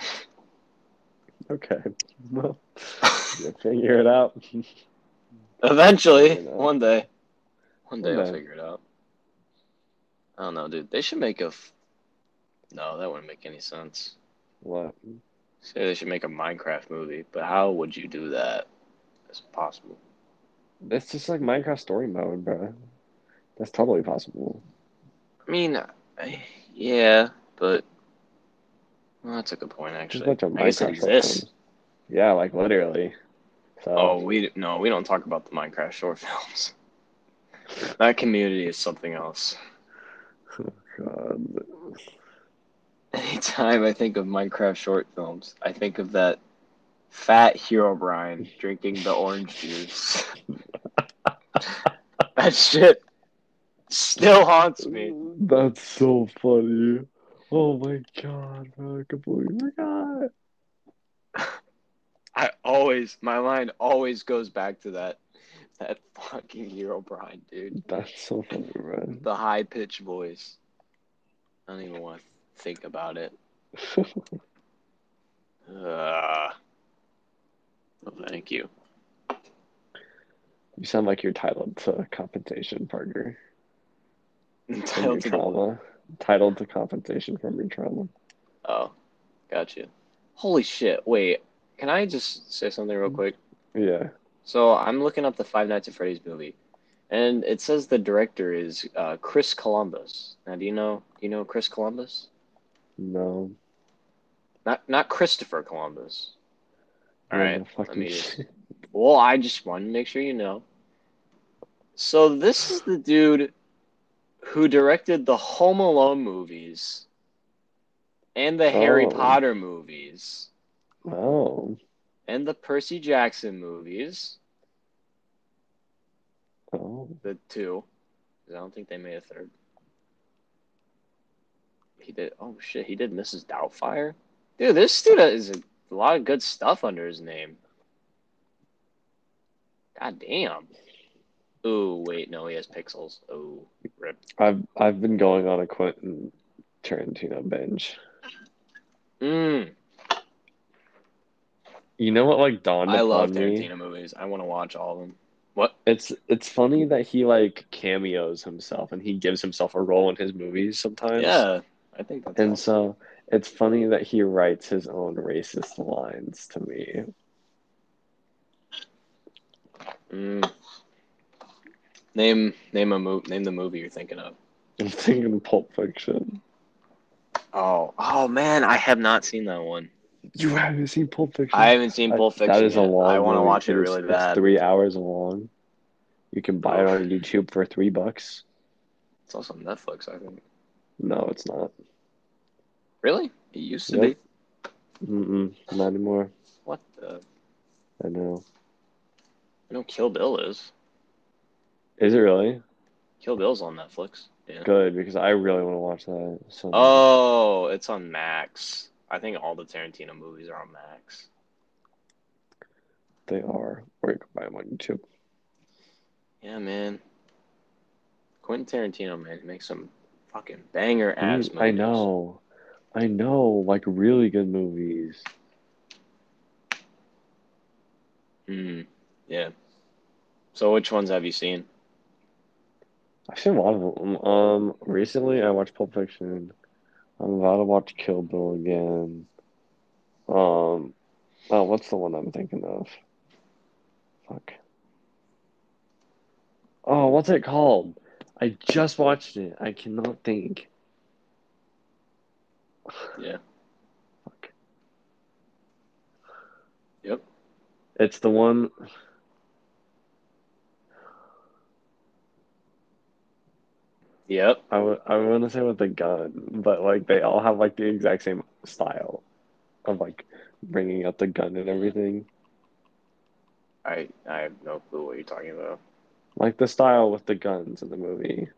[SPEAKER 1] Okay. Well, you figure it out.
[SPEAKER 2] Eventually,
[SPEAKER 1] You know.
[SPEAKER 2] one day. One day
[SPEAKER 1] One
[SPEAKER 2] I'll
[SPEAKER 1] day.
[SPEAKER 2] figure it out. I don't know, dude. They should make a. F- no, that wouldn't make any sense.
[SPEAKER 1] what?
[SPEAKER 2] Say they should make a Minecraft movie, but how would you do that? It's possible.
[SPEAKER 1] It's just like Minecraft story mode, bro. That's totally possible.
[SPEAKER 2] I mean, I, yeah, but well, that's a good point,
[SPEAKER 1] Just
[SPEAKER 2] actually.
[SPEAKER 1] a bunch of
[SPEAKER 2] I guess it
[SPEAKER 1] Minecraft short
[SPEAKER 2] exists.
[SPEAKER 1] films. Yeah, like literally. So
[SPEAKER 2] Oh, we no, we don't talk about the Minecraft short films. that community is something else.
[SPEAKER 1] God.
[SPEAKER 2] Anytime I think of Minecraft short films, I think of that fat hero Brian drinking the orange juice. that shit still haunts me.
[SPEAKER 1] That's so funny. Oh my god, bro. I completely forgot.
[SPEAKER 2] I always, my mind always goes back to that, that fucking hero Brian, dude.
[SPEAKER 1] That's so funny, bro.
[SPEAKER 2] The high pitched voice. I don't even want to think about it. Ugh. No, Oh, thank you.
[SPEAKER 1] you sound like you're titled to compensation, Parker. From your
[SPEAKER 2] Entitled to the
[SPEAKER 1] trauma. Titled to compensation from your trauma.
[SPEAKER 2] Oh, gotcha. Holy shit. Wait, can I just say something real quick?
[SPEAKER 1] Yeah.
[SPEAKER 2] So I'm looking up the Five Nights at Freddy's movie, and it says the director is uh, Chris Columbus. Now, do you know do you know Chris Columbus?
[SPEAKER 1] No.
[SPEAKER 2] Not not Christopher Columbus. All right,
[SPEAKER 1] Fuck
[SPEAKER 2] let me just- Well, I just wanted to make sure you know. So this is the dude who directed the Home Alone movies and the Harry
[SPEAKER 1] Oh.
[SPEAKER 2] Potter movies.
[SPEAKER 1] Oh.
[SPEAKER 2] and the Percy Jackson movies,
[SPEAKER 1] Oh.
[SPEAKER 2] the two. 'cause I don't think they made a third. He did. Oh shit, he did Mrs. Doubtfire. Dude, this dude is a lot of good stuff under his name. God damn. Ooh, wait, no, he has pixels. Oh, rip.
[SPEAKER 1] I've I've been going on a Quentin Tarantino binge.
[SPEAKER 2] Mm,
[SPEAKER 1] You know what like dawned
[SPEAKER 2] I
[SPEAKER 1] upon
[SPEAKER 2] love
[SPEAKER 1] me?
[SPEAKER 2] Tarantino movies. I want to watch all of them. What?
[SPEAKER 1] It's it's funny that he like cameos himself and he gives himself a role in his movies sometimes.
[SPEAKER 2] Yeah, I think that's.
[SPEAKER 1] And
[SPEAKER 2] awesome.
[SPEAKER 1] so it's funny that he writes his own racist lines to me.
[SPEAKER 2] Mm, Name name a mo- name the movie you're thinking of.
[SPEAKER 1] I'm thinking Pulp Fiction.
[SPEAKER 2] Oh oh man, I have not seen that one.
[SPEAKER 1] You haven't seen Pulp Fiction?
[SPEAKER 2] I haven't seen
[SPEAKER 1] That-
[SPEAKER 2] Pulp Fiction.
[SPEAKER 1] That is a
[SPEAKER 2] yet.
[SPEAKER 1] long.
[SPEAKER 2] I want to
[SPEAKER 1] movie.
[SPEAKER 2] watch it
[SPEAKER 1] is-
[SPEAKER 2] really
[SPEAKER 1] it's
[SPEAKER 2] bad.
[SPEAKER 1] Three hours long. You can buy it
[SPEAKER 2] Oh.
[SPEAKER 1] on YouTube for three bucks.
[SPEAKER 2] It's also on Netflix, I think.
[SPEAKER 1] No, it's not.
[SPEAKER 2] Really? It used to
[SPEAKER 1] Yep.
[SPEAKER 2] be.
[SPEAKER 1] Mm-mm, not anymore.
[SPEAKER 2] What the?
[SPEAKER 1] I know.
[SPEAKER 2] I know Kill Bill is.
[SPEAKER 1] Is it really
[SPEAKER 2] Kill Bill's on Netflix. Yeah.
[SPEAKER 1] good? Because I really want to watch that. So
[SPEAKER 2] Oh, it's on Max. I think all the Tarantino movies are on Max.
[SPEAKER 1] they are. Or you can buy them on YouTube.
[SPEAKER 2] Yeah, man. Quentin Tarantino, man, he makes some fucking banger ass
[SPEAKER 1] Mm,
[SPEAKER 2] movies.
[SPEAKER 1] I know. I know. Like really good movies.
[SPEAKER 2] Mm, yeah. So, which ones have you seen?
[SPEAKER 1] I've seen a lot of them. Um, recently I watched Pulp Fiction. I'm about to watch Kill Bill again. Um, oh, what's the one I'm thinking of? Fuck. Oh, what's it called? I just watched it. I cannot think.
[SPEAKER 2] Yeah.
[SPEAKER 1] Fuck.
[SPEAKER 2] Yep.
[SPEAKER 1] It's the one.
[SPEAKER 2] Yep.
[SPEAKER 1] I want to say with the gun, but like they all have like the exact same style of like bringing out the gun and everything.
[SPEAKER 2] I I have no clue what you're talking about.
[SPEAKER 1] Like the style with the guns in the movie.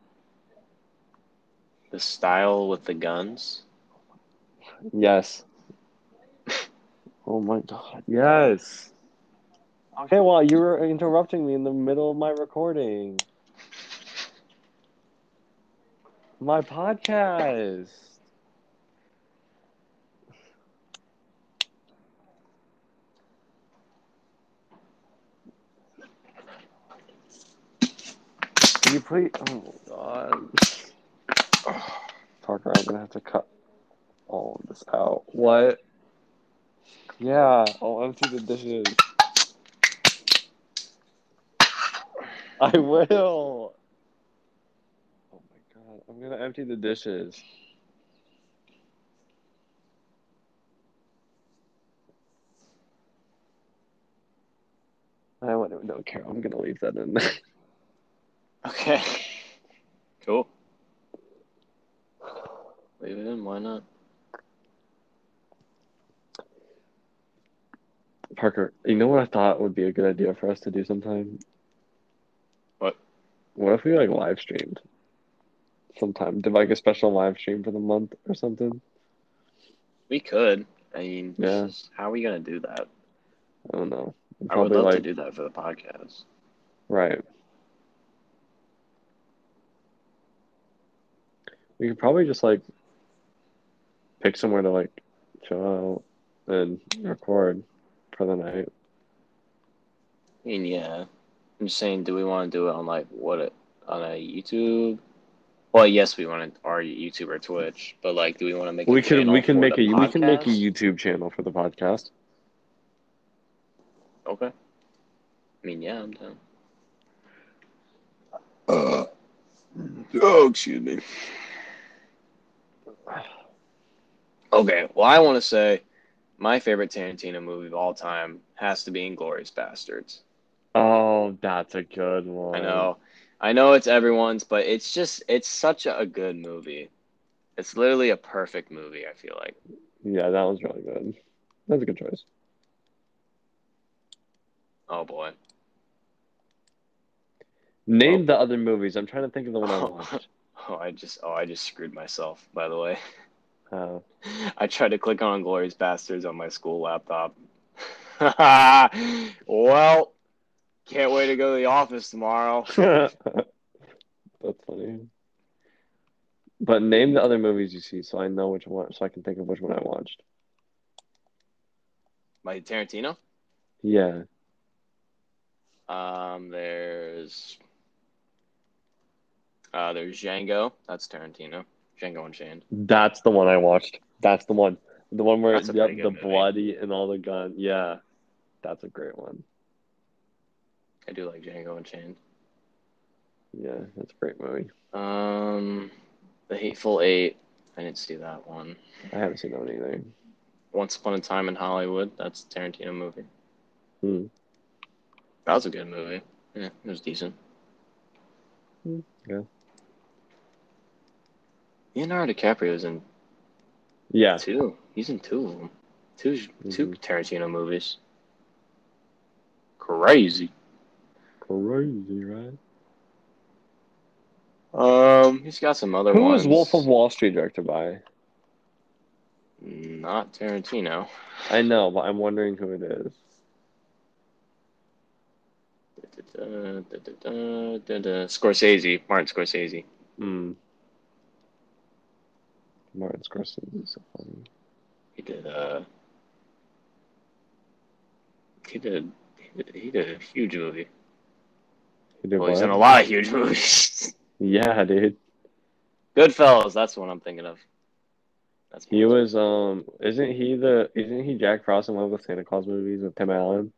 [SPEAKER 2] The style with the guns.
[SPEAKER 1] Yes. Oh my god. Yes. Okay, well, you were interrupting me in the middle of my recording. My podcast. Can you please? Oh god. Parker, I'm gonna have to cut all of this out. What? Yeah, I'll empty the dishes. I will. Oh my god, I'm gonna empty the dishes. I don't, don't care. I'm gonna leave that in there.
[SPEAKER 2] Okay. Cool. Leave it in. Why not?
[SPEAKER 1] Parker, you know what I thought would be a good idea for us to do sometime?
[SPEAKER 2] What?
[SPEAKER 1] What if we like live streamed sometime? Did like a special live stream for the month or something?
[SPEAKER 2] We could. I mean,
[SPEAKER 1] Yeah.
[SPEAKER 2] how are we gonna do that?
[SPEAKER 1] I don't know.
[SPEAKER 2] I would love
[SPEAKER 1] like
[SPEAKER 2] to do that for the podcast.
[SPEAKER 1] right. We could probably just like pick somewhere to like chill out and record for the night.
[SPEAKER 2] I mean, yeah. I'm just saying, do we want to do it on like what a- on a YouTube? Well, yes, we want to, or YouTube or Twitch, but like, do we want to make?
[SPEAKER 1] We could we
[SPEAKER 2] channel
[SPEAKER 1] can
[SPEAKER 2] for
[SPEAKER 1] make a
[SPEAKER 2] the
[SPEAKER 1] we can make a
[SPEAKER 2] podcast?
[SPEAKER 1] YouTube channel for the podcast.
[SPEAKER 2] Okay. I mean, yeah, I'm down. Uh, oh, excuse me. Okay, well, I want to say my favorite Tarantino movie of all time has to be Inglorious Bastards.
[SPEAKER 1] Oh, that's a good one.
[SPEAKER 2] I know, I know it's everyone's, but it's just it's such a good movie. It's literally a perfect movie. I feel like.
[SPEAKER 1] Yeah, that was really good. That's a good choice.
[SPEAKER 2] Oh boy.
[SPEAKER 1] Name
[SPEAKER 2] Oh.
[SPEAKER 1] the other movies. I'm trying to think of the one I
[SPEAKER 2] Oh.
[SPEAKER 1] watched.
[SPEAKER 2] Oh, I just oh I just screwed myself. By the way,
[SPEAKER 1] Uh,
[SPEAKER 2] I tried to click on Glorious Bastards on my school laptop. well, can't wait to go to the office tomorrow.
[SPEAKER 1] that's funny. But name the other movies you see, so I know which one, so I can think of which one I watched.
[SPEAKER 2] My Tarantino.
[SPEAKER 1] Yeah,
[SPEAKER 2] Um, there's uh, there's Django. That's Tarantino. Django Unchained.
[SPEAKER 1] that's the one I watched. That's the one. The one where
[SPEAKER 2] That's a
[SPEAKER 1] yep,
[SPEAKER 2] pretty good
[SPEAKER 1] the
[SPEAKER 2] movie.
[SPEAKER 1] bloody and all the gun. Yeah, that's a great one.
[SPEAKER 2] I do like Django Unchained.
[SPEAKER 1] Yeah, that's a great movie.
[SPEAKER 2] Um, The Hateful Eight. I didn't see that one.
[SPEAKER 1] I haven't seen that one either.
[SPEAKER 2] Once Upon a Time in Hollywood. That's a Tarantino movie.
[SPEAKER 1] Hmm.
[SPEAKER 2] That was a good movie. Yeah, it was decent.
[SPEAKER 1] Hmm, yeah.
[SPEAKER 2] Leonardo DiCaprio's in
[SPEAKER 1] Yeah, Mm-hmm.
[SPEAKER 2] two. He's in two of them. 2 two Tarantino movies. Crazy.
[SPEAKER 1] crazy, right?
[SPEAKER 2] Um, he's got some other
[SPEAKER 1] Who
[SPEAKER 2] ones.
[SPEAKER 1] was Wolf of Wall Street directed by?
[SPEAKER 2] Not Tarantino.
[SPEAKER 1] I know, but I'm wondering who it is.
[SPEAKER 2] Da, da, da, da, da, da. Scorsese, Martin Scorsese.
[SPEAKER 1] Hmm. Martin Scorsese is so funny.
[SPEAKER 2] He did uh he did he did a huge movie.
[SPEAKER 1] He did
[SPEAKER 2] Well, he's in
[SPEAKER 1] what?
[SPEAKER 2] a lot of huge movies.
[SPEAKER 1] Yeah, dude.
[SPEAKER 2] Goodfellas, that's what I'm thinking of. That's
[SPEAKER 1] He was um isn't he the isn't he Jack Frost in one of the Santa Claus movies with Tim Allen?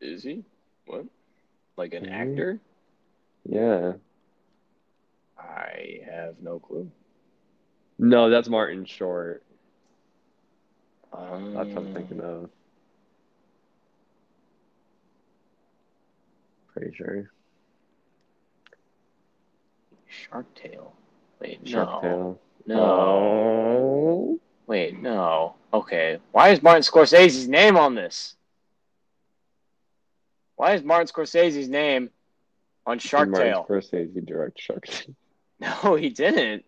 [SPEAKER 2] is he? What? Like an
[SPEAKER 1] Mhm.
[SPEAKER 2] actor?
[SPEAKER 1] Yeah.
[SPEAKER 2] I have no clue.
[SPEAKER 1] No, that's Martin Short.
[SPEAKER 2] Um,
[SPEAKER 1] That's what I'm thinking of. Pretty sure.
[SPEAKER 2] Shark Tale. Wait,
[SPEAKER 1] Shark
[SPEAKER 2] no.
[SPEAKER 1] Tale.
[SPEAKER 2] No.
[SPEAKER 1] Oh.
[SPEAKER 2] Wait, no. Okay. Why is Martin Scorsese's name on this? Why is Martin Scorsese's name on Shark
[SPEAKER 1] Martin
[SPEAKER 2] Tale?
[SPEAKER 1] Scorsese direct Shark Tale.
[SPEAKER 2] No, he didn't.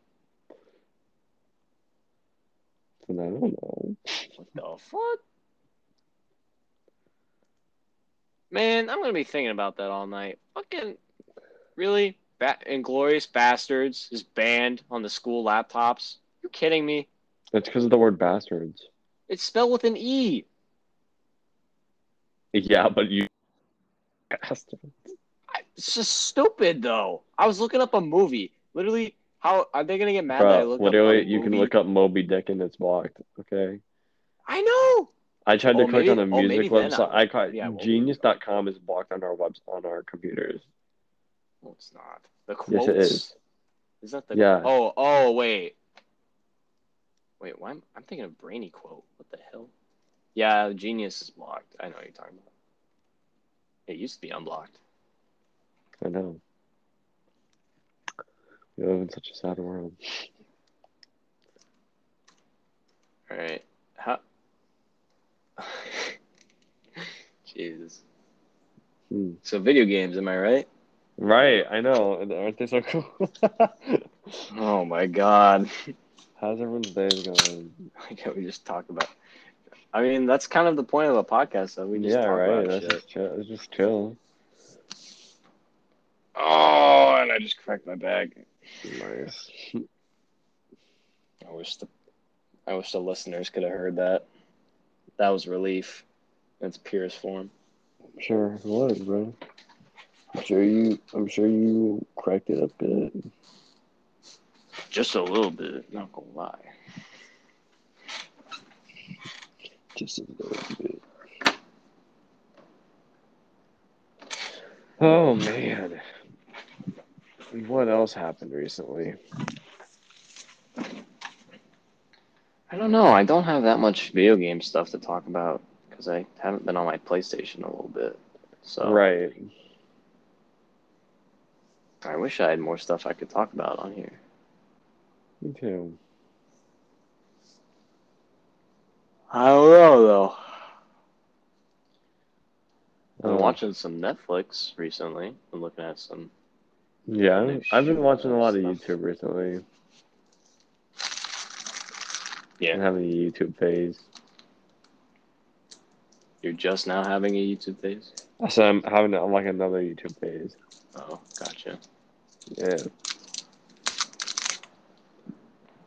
[SPEAKER 1] And I don't know.
[SPEAKER 2] What the fuck? Man, I'm gonna be thinking about that all night. Fucking really? Ba- Inglorious Bastards is banned on the school laptops. You kidding me?
[SPEAKER 1] That's because of the word bastards.
[SPEAKER 2] It's spelled with an E.
[SPEAKER 1] Yeah, but you bastards.
[SPEAKER 2] I- It's just stupid though. I was looking up a movie. Literally, how are they gonna get mad that I
[SPEAKER 1] Bro,
[SPEAKER 2] looked
[SPEAKER 1] literally,
[SPEAKER 2] up a
[SPEAKER 1] you can
[SPEAKER 2] movie?
[SPEAKER 1] look up Moby Dick and it's blocked. Okay.
[SPEAKER 2] I know.
[SPEAKER 1] I tried to
[SPEAKER 2] Oh,
[SPEAKER 1] click
[SPEAKER 2] maybe-
[SPEAKER 1] on a
[SPEAKER 2] oh, maybe
[SPEAKER 1] music
[SPEAKER 2] then
[SPEAKER 1] website.
[SPEAKER 2] I-
[SPEAKER 1] I, caught
[SPEAKER 2] yeah, well-
[SPEAKER 1] genius.com is blocked on our webs on our computers.
[SPEAKER 2] Well, it's not. The quotes.
[SPEAKER 1] Yes, it is.
[SPEAKER 2] Is that the?
[SPEAKER 1] Yeah.
[SPEAKER 2] Oh, oh, wait. Wait, why? Am, I'm thinking of Brainy quote. What the hell? Yeah, Genius is blocked. I know what you're talking about. It used to be unblocked.
[SPEAKER 1] I know. We live in such a sad world.
[SPEAKER 2] All right. How? Jesus.
[SPEAKER 1] Hmm.
[SPEAKER 2] So video games, am I right?
[SPEAKER 1] Right, I know. And Aren't they so cool?
[SPEAKER 2] Oh my God.
[SPEAKER 1] How's everyone's days going?
[SPEAKER 2] Like how we just talked about. I mean, that's kind of the point of a podcast, though. We just
[SPEAKER 1] yeah,
[SPEAKER 2] talk
[SPEAKER 1] right.
[SPEAKER 2] about
[SPEAKER 1] That's
[SPEAKER 2] shit.
[SPEAKER 1] just chill. It's just chill.
[SPEAKER 2] Oh, and I just cracked my bag.
[SPEAKER 1] Nice.
[SPEAKER 2] I wish the I wish the listeners could have heard that. That was relief. in its purest form.
[SPEAKER 1] Sure, it was, bro. I'm sure you. I'm sure you cracked it up good.
[SPEAKER 2] Just a little bit, not gonna lie.
[SPEAKER 1] Just a little bit. Oh man, what else happened recently?
[SPEAKER 2] I don't know. I don't have that much video game stuff to talk about because I haven't been on my PlayStation in a little bit. So
[SPEAKER 1] Right.
[SPEAKER 2] I wish I had more stuff I could talk about on here.
[SPEAKER 1] Me too.
[SPEAKER 2] I don't know though. I've
[SPEAKER 1] Uh,
[SPEAKER 2] been watching some Netflix recently. I'm looking at some.
[SPEAKER 1] Yeah, I've been watching a lot of
[SPEAKER 2] Stuff.
[SPEAKER 1] YouTube recently.
[SPEAKER 2] Yeah.
[SPEAKER 1] Been having a YouTube phase.
[SPEAKER 2] You're just now having a YouTube phase.
[SPEAKER 1] So I'm having I'm like another YouTube phase.
[SPEAKER 2] Oh, gotcha.
[SPEAKER 1] Yeah.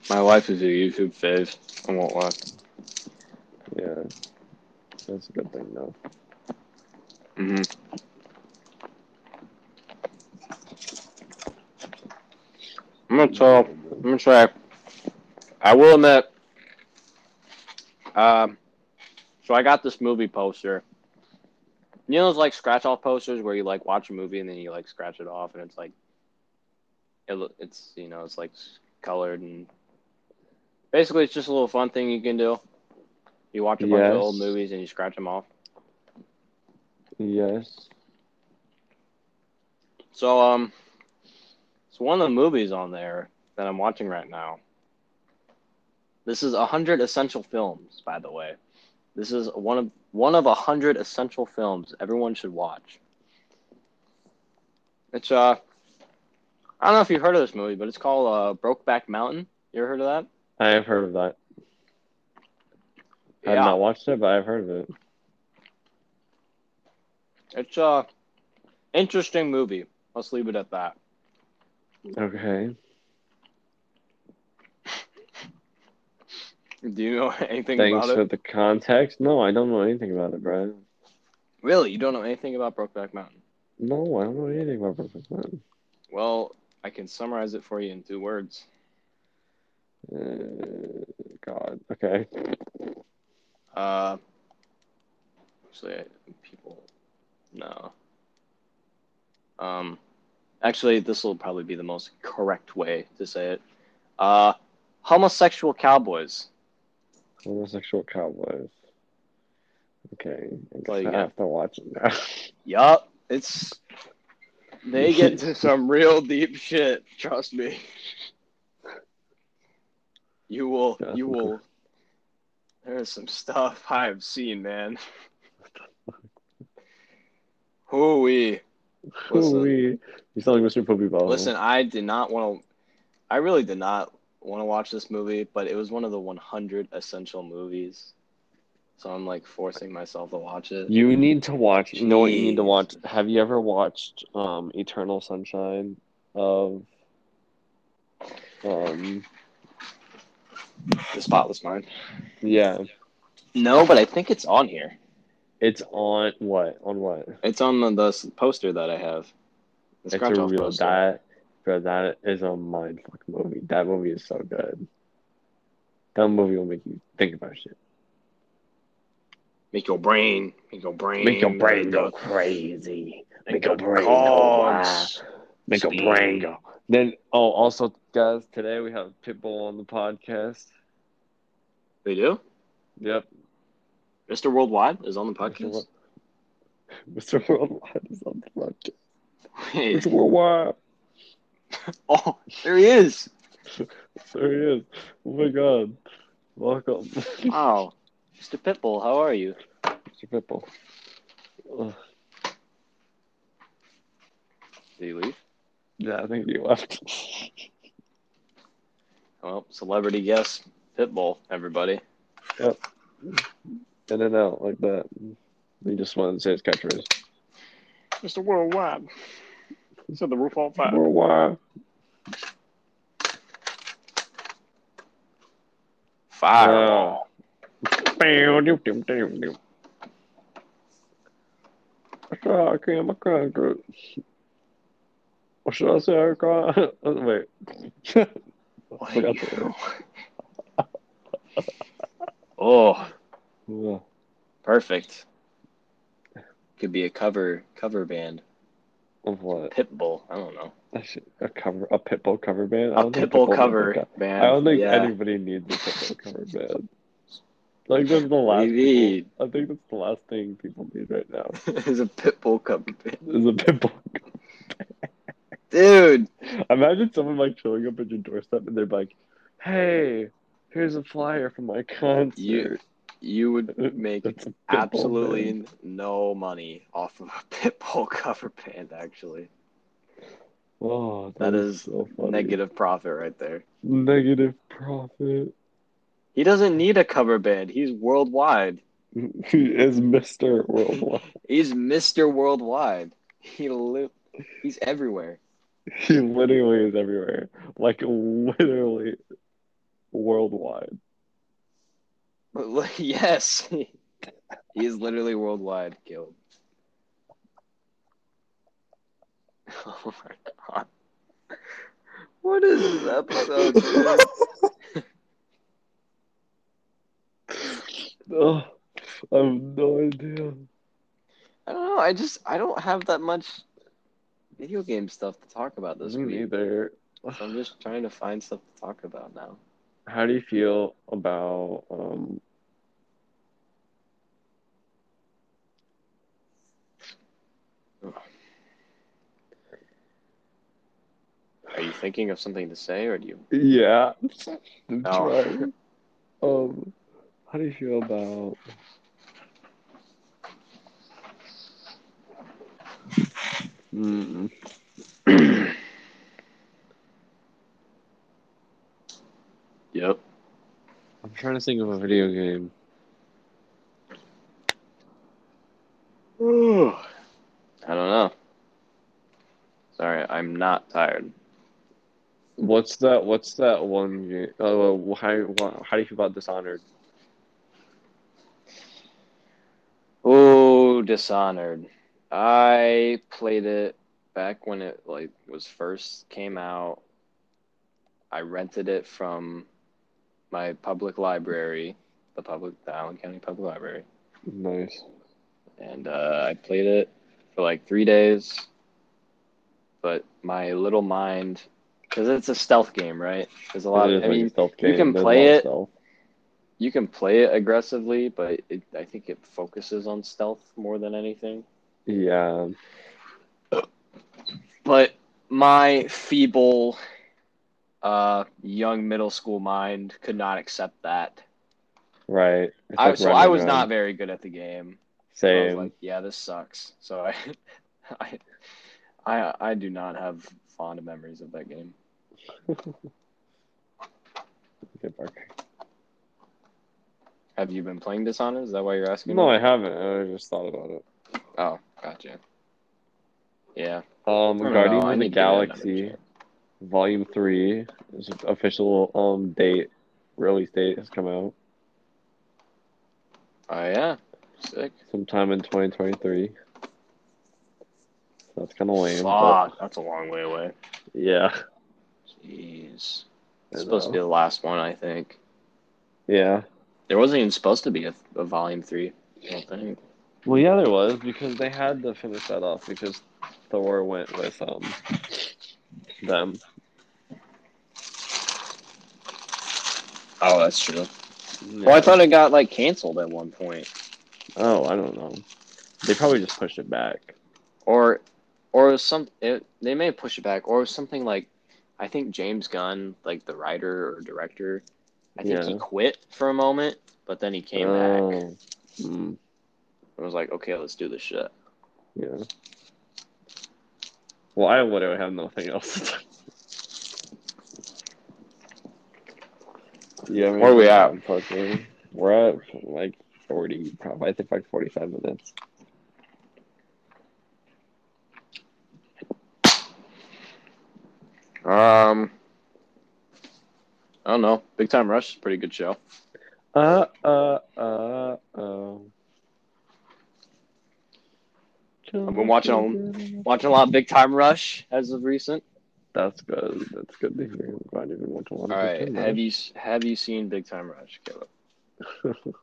[SPEAKER 2] My wife is a YouTube fave. I won't lie.
[SPEAKER 1] Yeah. That's a good thing, though.
[SPEAKER 2] hmm I'm gonna tell. I'm gonna try. I will admit. Um, so I got this movie poster You know those like scratch off posters where you like watch a movie and then you like scratch it off and it's like it, lo- it's you know it's like s- colored and basically it's just a little fun thing you can do. You watch a bunch of
[SPEAKER 1] Yes.
[SPEAKER 2] old movies and you scratch them off.
[SPEAKER 1] Yes.
[SPEAKER 2] So um, it's one of the movies on there that I'm watching right now. This is hundred essential films, by the way. This is one of one of hundred essential films everyone should watch. It's uh, I don't know if you've heard of this movie, but it's called uh, Brokeback Mountain. You ever heard of that?
[SPEAKER 1] I have heard of that. I've not watched it, but I've heard of it.
[SPEAKER 2] it's a interesting movie. Let's leave it at that.
[SPEAKER 1] Okay.
[SPEAKER 2] Do you know anything
[SPEAKER 1] Thanks
[SPEAKER 2] about
[SPEAKER 1] for
[SPEAKER 2] it?
[SPEAKER 1] the context. No, I don't know anything about it, Brian.
[SPEAKER 2] Really, you don't know anything about Brokeback Mountain?
[SPEAKER 1] No, I don't know anything about Perfect Man.
[SPEAKER 2] Well, I can summarize it for you in two words.
[SPEAKER 1] Uh, God. Okay.
[SPEAKER 2] Uh, actually, I- people, no. Um, actually, this will probably be the most correct way to say it. Uh, homosexual cowboys.
[SPEAKER 1] Homosexual Cowboys. Okay. I guess
[SPEAKER 2] Well, you
[SPEAKER 1] I
[SPEAKER 2] got-
[SPEAKER 1] have to watch it now.
[SPEAKER 2] Yup, it's they get to some real deep shit. Trust me. You will. You will. There's some stuff I have seen, man. Hooey. Listen.
[SPEAKER 1] Hooey. You sound like Mr. Poopy Ball.
[SPEAKER 2] Listen, I did not want to. I really did not want to watch this movie, but it was one of the 100 essential movies, so I'm like forcing myself to watch it.
[SPEAKER 1] You need to watch. You know what you need to
[SPEAKER 2] Jeez.
[SPEAKER 1] watch? Have you ever watched um, Eternal Sunshine of um
[SPEAKER 2] The Spotless Mind.
[SPEAKER 1] yeah
[SPEAKER 2] No, but I think it's on here.
[SPEAKER 1] it's on what on what
[SPEAKER 2] It's on the, the s- poster that I have. The
[SPEAKER 1] it's a
[SPEAKER 2] scratch-off
[SPEAKER 1] real
[SPEAKER 2] poster.
[SPEAKER 1] that bro that is a mindfuck movie that movie is so good that movie will make you think about shit
[SPEAKER 2] Make your brain, make your brain,
[SPEAKER 1] make your brain go crazy make your brain go wild.
[SPEAKER 2] cogs.
[SPEAKER 1] make your
[SPEAKER 2] Speed.
[SPEAKER 1] brain go then oh also guys today we have Pitbull on the podcast
[SPEAKER 2] They do.
[SPEAKER 1] yep
[SPEAKER 2] Mr. Worldwide is on the podcast.
[SPEAKER 1] World- Mr. Worldwide is on the podcast
[SPEAKER 2] Wait.
[SPEAKER 1] Mr. Worldwide
[SPEAKER 2] oh, there he is.
[SPEAKER 1] There he is. Oh my god. Welcome. Mr.
[SPEAKER 2] Wow, Mr. Pitbull, how are you?
[SPEAKER 1] Pitbull. Ugh,
[SPEAKER 2] Did he leave?
[SPEAKER 1] yeah, I think he left.
[SPEAKER 2] Well, celebrity guest Pitbull, everybody.
[SPEAKER 1] In and out like that. He just wanted to say his catchphrase.
[SPEAKER 2] Mr. Worldwide. He said the roof on
[SPEAKER 1] Worldwide.
[SPEAKER 2] Firewall.
[SPEAKER 1] That's right, I can't, I can't do it. Or should I say I can't? oh, Wait.
[SPEAKER 2] What
[SPEAKER 1] forgot
[SPEAKER 2] do you- oh,
[SPEAKER 1] Ugh.
[SPEAKER 2] perfect. Could be a cover cover band.
[SPEAKER 1] Of what?
[SPEAKER 2] Pitbull. I don't know.
[SPEAKER 1] That shit, a cover, a Pitbull cover band? I
[SPEAKER 2] A
[SPEAKER 1] don't think
[SPEAKER 2] Pitbull
[SPEAKER 1] Pitbull
[SPEAKER 2] cover
[SPEAKER 1] did that.
[SPEAKER 2] band.
[SPEAKER 1] I don't think
[SPEAKER 2] yeah.
[SPEAKER 1] anybody needs a football cover band. Like that's the last.
[SPEAKER 2] We need.
[SPEAKER 1] I think that's the last thing people need right now
[SPEAKER 2] is a Pitbull cover band.
[SPEAKER 1] is a pitbull.
[SPEAKER 2] Dude.
[SPEAKER 1] Imagine someone like showing up at your doorstep and they're like, "Hey, here's a flyer for my concert."
[SPEAKER 2] You you would make
[SPEAKER 1] That's a Pitbull
[SPEAKER 2] absolutely
[SPEAKER 1] band.
[SPEAKER 2] no money off of a Pitbull cover band, actually.
[SPEAKER 1] Oh,
[SPEAKER 2] That is
[SPEAKER 1] so funny.
[SPEAKER 2] Negative profit right there.
[SPEAKER 1] Negative profit.
[SPEAKER 2] He doesn't need a cover band. He's worldwide.
[SPEAKER 1] he is Mister Worldwide.
[SPEAKER 2] He's Mr. Worldwide. He li- he's everywhere.
[SPEAKER 1] he literally is everywhere. Like literally, worldwide.
[SPEAKER 2] yes. He is literally worldwide killed. Oh my god. What is this episode? dude?
[SPEAKER 1] Oh, I have no idea.
[SPEAKER 2] I don't know. I just I don't have that much video game stuff to talk about this
[SPEAKER 1] Me
[SPEAKER 2] week.
[SPEAKER 1] neither.
[SPEAKER 2] So I'm just trying to find stuff to talk about now.
[SPEAKER 1] How do you feel about um
[SPEAKER 2] Are you thinking of something to say, or do you?
[SPEAKER 1] yeah. I'm
[SPEAKER 2] Oh.
[SPEAKER 1] trying. Um how do you feel about Mm.
[SPEAKER 2] Yep.
[SPEAKER 1] I'm trying to think of a video game.
[SPEAKER 2] I don't know. Sorry, I'm not tired.
[SPEAKER 1] What's that? What's that one game? Oh, uh, how wha- how do you feel about Dishonored?
[SPEAKER 2] Oh, Dishonored. I played it back when it like was first came out. I rented it from my public library, the public the Allen County Public Library,
[SPEAKER 1] Nice.
[SPEAKER 2] and uh, I played it for like three days. But my little mind, because it's a stealth game, right? There's a lot.
[SPEAKER 1] It is
[SPEAKER 2] Of, I
[SPEAKER 1] like a
[SPEAKER 2] mean,
[SPEAKER 1] stealth
[SPEAKER 2] you
[SPEAKER 1] game.
[SPEAKER 2] can
[SPEAKER 1] There's a
[SPEAKER 2] play
[SPEAKER 1] lot of
[SPEAKER 2] it.
[SPEAKER 1] stealth.
[SPEAKER 2] you can play it aggressively, but it, I think it focuses on stealth more than anything.
[SPEAKER 1] Yeah.
[SPEAKER 2] But my feeble, uh, young middle school mind could not accept that.
[SPEAKER 1] Right. It's
[SPEAKER 2] I,
[SPEAKER 1] like
[SPEAKER 2] so I
[SPEAKER 1] running
[SPEAKER 2] was not
[SPEAKER 1] around.
[SPEAKER 2] very good at the game. So I was
[SPEAKER 1] Same.
[SPEAKER 2] like, yeah, this sucks. So I, I, I, I do not have fond memories of that game.
[SPEAKER 1] Okay, Parker.
[SPEAKER 2] Have you been playing Dishonored? Is that why you're asking?
[SPEAKER 1] No,
[SPEAKER 2] me?
[SPEAKER 1] I haven't. I just thought about it.
[SPEAKER 2] Oh, gotcha. Yeah.
[SPEAKER 1] Um,
[SPEAKER 2] I don't
[SPEAKER 1] Guardians
[SPEAKER 2] know. I
[SPEAKER 1] of the
[SPEAKER 2] need to give it another
[SPEAKER 1] Galaxy
[SPEAKER 2] chance.
[SPEAKER 1] Volume Three is official um date release date has come out
[SPEAKER 2] Oh yeah. Sick.
[SPEAKER 1] sometime in 2023. So that's kind of lame. but-
[SPEAKER 2] Fuck, that's a long way away.
[SPEAKER 1] yeah.
[SPEAKER 2] Jeez.
[SPEAKER 1] I
[SPEAKER 2] It's supposed to be
[SPEAKER 1] know.
[SPEAKER 2] the last one, I think.
[SPEAKER 1] Yeah.
[SPEAKER 2] There wasn't even supposed to be a, a volume three. I don't think.
[SPEAKER 1] Well, yeah, there was because they had to finish that off because Thor went with um them.
[SPEAKER 2] Oh, that's true. Well, I thought it got like canceled at one point,
[SPEAKER 1] Oh, I don't know. They probably just pushed it back.
[SPEAKER 2] or or some. It, they may push it back, or something like. I think James Gunn, like the writer or director, I think he
[SPEAKER 1] Yeah.
[SPEAKER 2] quit for a moment, but then he came back
[SPEAKER 1] Oh. Mm,
[SPEAKER 2] and was like, "Okay, let's do this shit."
[SPEAKER 1] yeah. Well, I literally have nothing else. to talk- yeah. I mean,
[SPEAKER 2] Where we at?
[SPEAKER 1] fucking- We're at like forty, probably. I think like forty-five minutes.
[SPEAKER 2] Um, I don't know. Big Time Rush is a pretty good show.
[SPEAKER 1] Uh, uh, uh, um.
[SPEAKER 2] I've been watching on- Watching a lot of Big Time Rush as of recent.
[SPEAKER 1] That's good. That's good to hear. I'm glad you've been watching a lot
[SPEAKER 2] All
[SPEAKER 1] of
[SPEAKER 2] right,
[SPEAKER 1] Pokemon.
[SPEAKER 2] have you have you seen Big Time Rush, Caleb?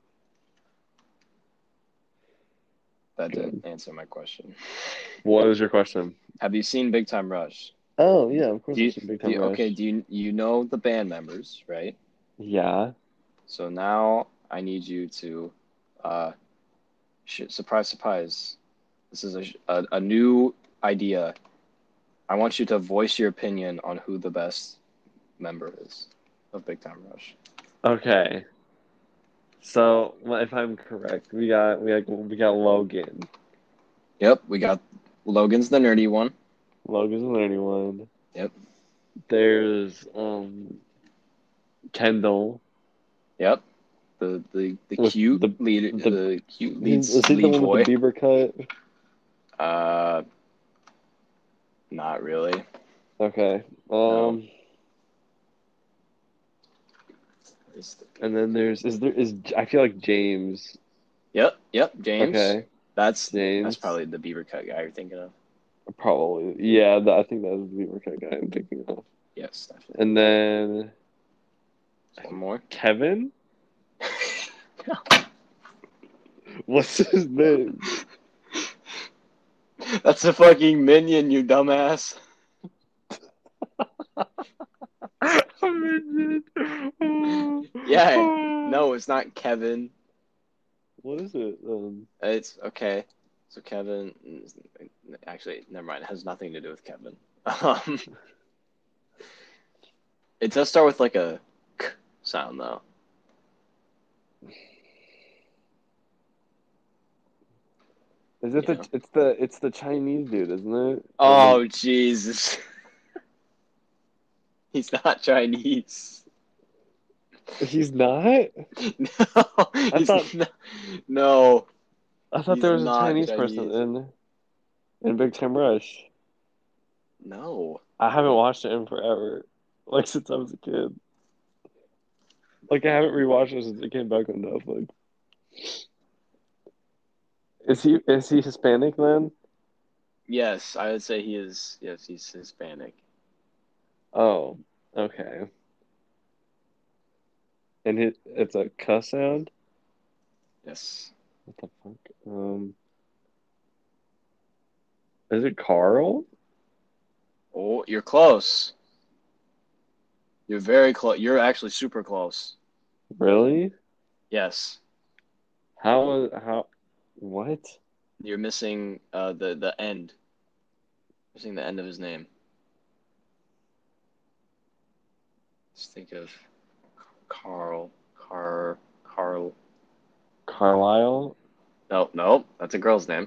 [SPEAKER 2] That didn't answer my question.
[SPEAKER 1] What is your question?
[SPEAKER 2] Have you seen Big Time Rush?
[SPEAKER 1] Oh yeah, of course.
[SPEAKER 2] Do you,
[SPEAKER 1] it's a big
[SPEAKER 2] do you-
[SPEAKER 1] time
[SPEAKER 2] okay,
[SPEAKER 1] rush.
[SPEAKER 2] do you you know the band members, right?
[SPEAKER 1] Yeah.
[SPEAKER 2] So now I need you to, uh, sh- surprise, surprise. This is a, sh- a a new idea. I want you to voice your opinion on who the best member is of Big Time Rush.
[SPEAKER 1] Okay. So if I'm correct, we got we got we got Logan.
[SPEAKER 2] Yep, we got Logan's the nerdy one.
[SPEAKER 1] Logan's the nerdy one.
[SPEAKER 2] Yep.
[SPEAKER 1] There's um Kendall.
[SPEAKER 2] Yep, the the the
[SPEAKER 1] With
[SPEAKER 2] cute
[SPEAKER 1] the-
[SPEAKER 2] leader,
[SPEAKER 1] the-
[SPEAKER 2] the, cute lead,
[SPEAKER 1] Is he the
[SPEAKER 2] lead
[SPEAKER 1] one
[SPEAKER 2] boy.
[SPEAKER 1] with the Bieber cut?
[SPEAKER 2] Uh, not really.
[SPEAKER 1] Okay. Um
[SPEAKER 2] No.
[SPEAKER 1] and then there's is there is I feel like James.
[SPEAKER 2] Yep, yep, James.
[SPEAKER 1] Okay.
[SPEAKER 2] That's
[SPEAKER 1] James.
[SPEAKER 2] that's probably the beaver cut guy you're thinking of.
[SPEAKER 1] probably yeah, that, I think that's the Bieber cut guy I'm thinking of.
[SPEAKER 2] Yes, definitely.
[SPEAKER 1] And then
[SPEAKER 2] One more.
[SPEAKER 1] Kevin? What's his name?
[SPEAKER 2] That's a fucking minion, you dumbass. Yeah, No, it's not Kevin.
[SPEAKER 1] What is it? Um,
[SPEAKER 2] It's okay. So Kevin, actually, never mind. It has nothing to do with Kevin. Um, it does start with like a k sound though.
[SPEAKER 1] is it
[SPEAKER 2] Yeah.
[SPEAKER 1] the it's the it's the Chinese dude, isn't it?
[SPEAKER 2] Oh Jesus! He's not Chinese.
[SPEAKER 1] he's not.
[SPEAKER 2] No,
[SPEAKER 1] I
[SPEAKER 2] he's
[SPEAKER 1] thought-
[SPEAKER 2] not- no.
[SPEAKER 1] I thought
[SPEAKER 2] He's
[SPEAKER 1] there was a
[SPEAKER 2] not
[SPEAKER 1] Chinese, person
[SPEAKER 2] Chinese.
[SPEAKER 1] in in Big Time Rush.
[SPEAKER 2] No.
[SPEAKER 1] I haven't watched it in forever, like since I was a kid. Like I haven't rewatched it since it came back on Netflix. Is he is he Hispanic then?
[SPEAKER 2] Yes, I would say he is. Yes, he's Hispanic.
[SPEAKER 1] Oh, okay. And it, it's a cuss sound.
[SPEAKER 2] Yes.
[SPEAKER 1] What the fuck? Um, is it Carl?
[SPEAKER 2] Oh, you're close. You're very close. You're actually super close.
[SPEAKER 1] Really?
[SPEAKER 2] Yes.
[SPEAKER 1] How how? What?
[SPEAKER 2] You're missing uh, the the end. Missing the end of his name. Just think of Carl. Car. Carl.
[SPEAKER 1] Carlisle?
[SPEAKER 2] No, no, that's a girl's name.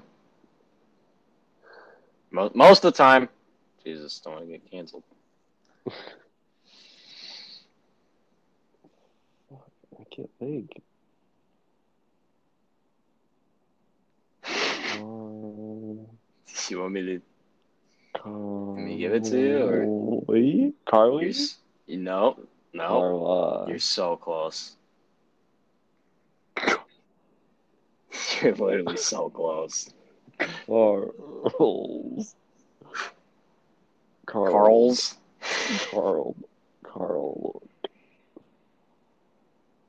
[SPEAKER 2] Most, most of the time. Jesus, don't want to get canceled.
[SPEAKER 1] I can't think. Um,
[SPEAKER 2] You want me to
[SPEAKER 1] Carl.
[SPEAKER 2] me give it to you, or-
[SPEAKER 1] Lee? Carly?
[SPEAKER 2] You're, s- you no, no.
[SPEAKER 1] Carla.
[SPEAKER 2] You're so close. You're literally so close.
[SPEAKER 1] Carls. Carl.
[SPEAKER 2] Carl's.
[SPEAKER 1] Carl. Carl.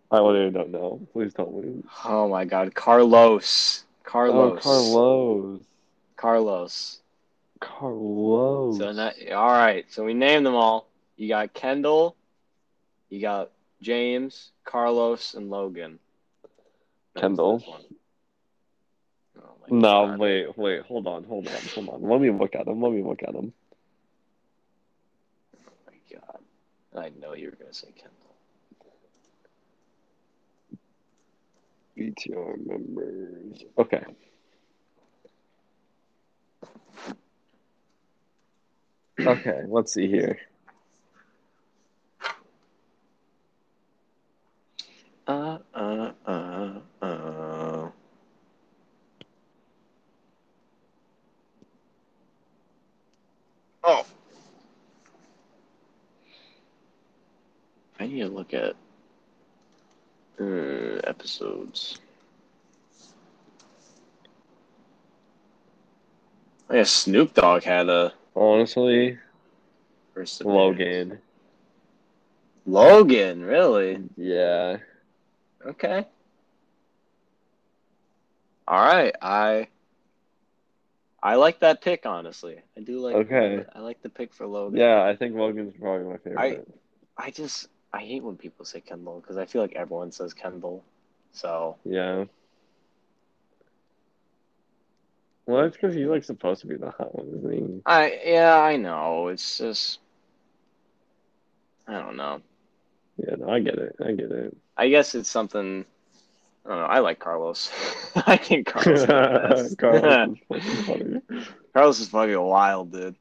[SPEAKER 1] I literally don't know. Please tell me.
[SPEAKER 2] Oh my God, Carlos. Carlos.
[SPEAKER 1] Oh,
[SPEAKER 2] Carlos.
[SPEAKER 1] Carlos. Carlos.
[SPEAKER 2] So that, all right. So we named them all. You got Kendall. You got James, Carlos, and Logan. That was
[SPEAKER 1] Kendall.
[SPEAKER 2] this one. Oh my
[SPEAKER 1] no,
[SPEAKER 2] God.
[SPEAKER 1] wait, wait. Hold on, hold on, hold on. Let me look at him. Let me look at him.
[SPEAKER 2] Oh my God. I know you were gonna say Kendall.
[SPEAKER 1] BTR members. Okay. Okay, let's see here.
[SPEAKER 2] Uh, uh, uh, uh. Oh. I need to look at uh, episodes. I guess Oh, Snoop Dogg had a
[SPEAKER 1] Honestly,
[SPEAKER 2] first appearance.
[SPEAKER 1] Logan.
[SPEAKER 2] Logan, really?
[SPEAKER 1] Yeah.
[SPEAKER 2] Okay. All right, I I like that pick honestly. I do like
[SPEAKER 1] Okay.
[SPEAKER 2] I like the pick for Logan.
[SPEAKER 1] Yeah, I think Logan's probably my favorite.
[SPEAKER 2] I just I hate when people say Kendall because I feel like everyone says Kendall. So
[SPEAKER 1] Yeah. Well, that's because he's like supposed to be the hot one, isn't he?
[SPEAKER 2] I yeah I know it's just I don't know.
[SPEAKER 1] Yeah, no, I get it. I get it.
[SPEAKER 2] I guess it's something. I don't know. I like Carlos. I think Carlos. Is the best.
[SPEAKER 1] Carlos is fucking funny.
[SPEAKER 2] Carlos is fucking wild, dude.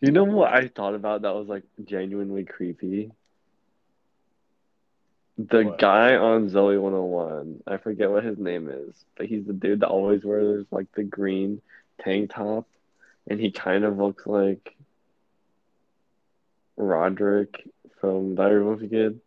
[SPEAKER 1] You know what I thought about that was like genuinely creepy? The
[SPEAKER 2] What?
[SPEAKER 1] guy on Zoe 101, I forget what his name is, but he's the dude that always wears like the green tank top, and he kind of looks like Roderick from Diary of a Wimpy Kid.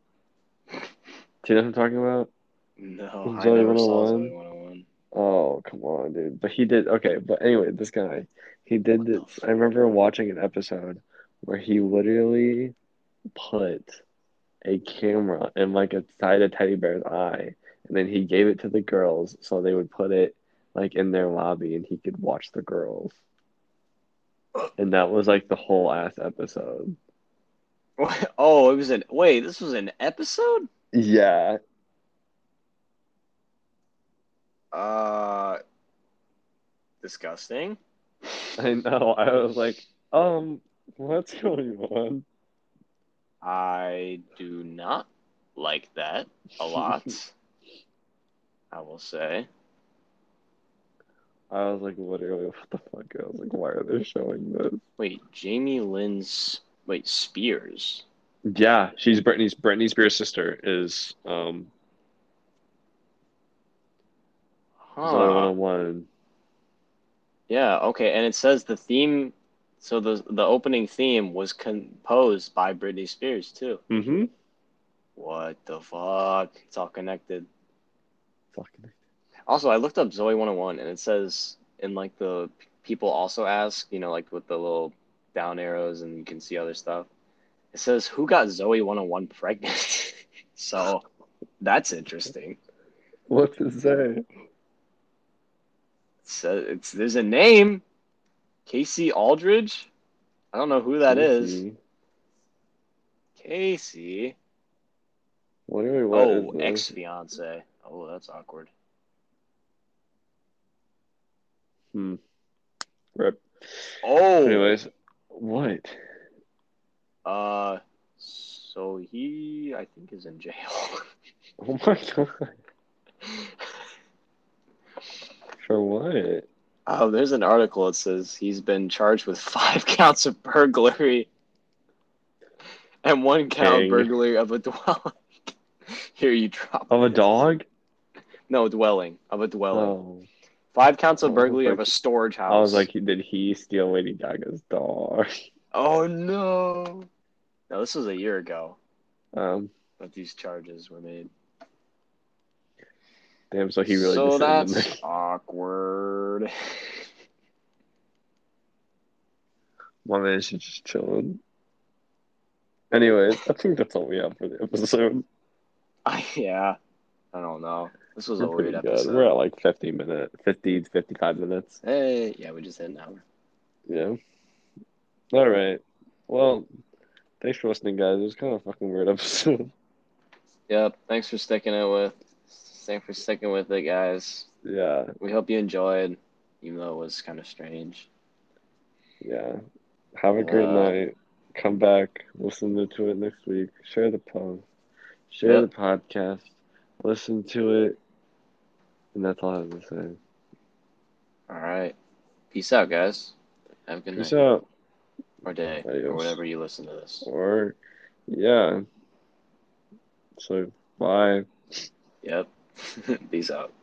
[SPEAKER 1] Do you know what I'm talking about?
[SPEAKER 2] No, I
[SPEAKER 1] Zoe
[SPEAKER 2] never saw
[SPEAKER 1] 101?
[SPEAKER 2] Zoe 101.
[SPEAKER 1] Oh, come on, dude. But he did okay, but anyway, this guy, he did
[SPEAKER 2] What the
[SPEAKER 1] this. I remember watching an episode where he literally put a camera in like a side of teddy bear's eye, and then he gave it to the girls so they would put it like in their lobby and he could watch the girls. And that was like the whole ass episode.
[SPEAKER 2] Oh, it was an wait. This was an episode.
[SPEAKER 1] Yeah.
[SPEAKER 2] Uh, disgusting.
[SPEAKER 1] I know. I was like, um, what's going on?
[SPEAKER 2] I do not like that a lot. I will say.
[SPEAKER 1] I was like, literally, what the fuck? I was like, why are they showing this?
[SPEAKER 2] Wait, Jamie Lynn's wait Spears.
[SPEAKER 1] Yeah, she's Britney's Britney Spears' sister is um Zoe
[SPEAKER 2] Huh.
[SPEAKER 1] 101.
[SPEAKER 2] Yeah. Okay. And it says the theme. So the the opening theme was composed by Britney Spears too.
[SPEAKER 1] Mm-hmm.
[SPEAKER 2] What the fuck? It's all connected.
[SPEAKER 1] Fucking
[SPEAKER 2] Also, I looked up Zoe 101 and it says in like the people also ask, you know, like with the little down arrows and you can see other stuff. It says who got Zoe 101 pregnant. so that's interesting.
[SPEAKER 1] what to say?
[SPEAKER 2] So it's there's a name, Casey Aldridge. I don't know who that is. Casey.
[SPEAKER 1] Literally, what is
[SPEAKER 2] oh,
[SPEAKER 1] this?
[SPEAKER 2] ex fiance. Oh, that's awkward.
[SPEAKER 1] Rip.
[SPEAKER 2] Oh,
[SPEAKER 1] Anyways, what?
[SPEAKER 2] uh, so he I think is in jail.
[SPEAKER 1] Oh my god. For what?
[SPEAKER 2] Oh, there's an article that says he's been charged with five counts of burglary and one count
[SPEAKER 1] Dang.
[SPEAKER 2] burglary of a dwelling. Here you drop
[SPEAKER 1] Of a
[SPEAKER 2] this.
[SPEAKER 1] dog?
[SPEAKER 2] No, dwelling of a dwelling.
[SPEAKER 1] Oh.
[SPEAKER 2] Five counts of
[SPEAKER 1] Oh,
[SPEAKER 2] burglary of
[SPEAKER 1] like-
[SPEAKER 2] a storage house.
[SPEAKER 1] I was like, did he steal Lady Gaga's dog?
[SPEAKER 2] oh no. No, this was a year ago
[SPEAKER 1] Um,
[SPEAKER 2] that these charges were made.
[SPEAKER 1] damn, so he really
[SPEAKER 2] so
[SPEAKER 1] descended
[SPEAKER 2] that's
[SPEAKER 1] the-
[SPEAKER 2] awkward.
[SPEAKER 1] My man should just chilling. Anyways, I think that's all we have for the episode.
[SPEAKER 2] I, yeah, I don't know. This was
[SPEAKER 1] We're
[SPEAKER 2] a weird
[SPEAKER 1] pretty
[SPEAKER 2] episode.
[SPEAKER 1] good. We're at like 50 minutes, 50 to 55 minutes.
[SPEAKER 2] Hey, yeah, we just hit an hour.
[SPEAKER 1] Yeah. All right. Well, thanks for listening, guys. It was kind of a fucking weird episode.
[SPEAKER 2] Yep. Thanks for sticking it with. Thanks for sticking with it, guys.
[SPEAKER 1] yeah.
[SPEAKER 2] We hope you enjoyed, even though it was kind of strange.
[SPEAKER 1] Yeah. Have a great
[SPEAKER 2] Uh,
[SPEAKER 1] night. Come back. Listen to it next week. Share the post. Share
[SPEAKER 2] Yeah.
[SPEAKER 1] the podcast. Listen to it. And that's all I have to say.
[SPEAKER 2] All right. Peace out, guys. Have a good
[SPEAKER 1] Peace
[SPEAKER 2] night
[SPEAKER 1] out.
[SPEAKER 2] or day or
[SPEAKER 1] Adios.
[SPEAKER 2] whenever you listen to this.
[SPEAKER 1] Or, yeah. So, bye.
[SPEAKER 2] Yep. Peace out.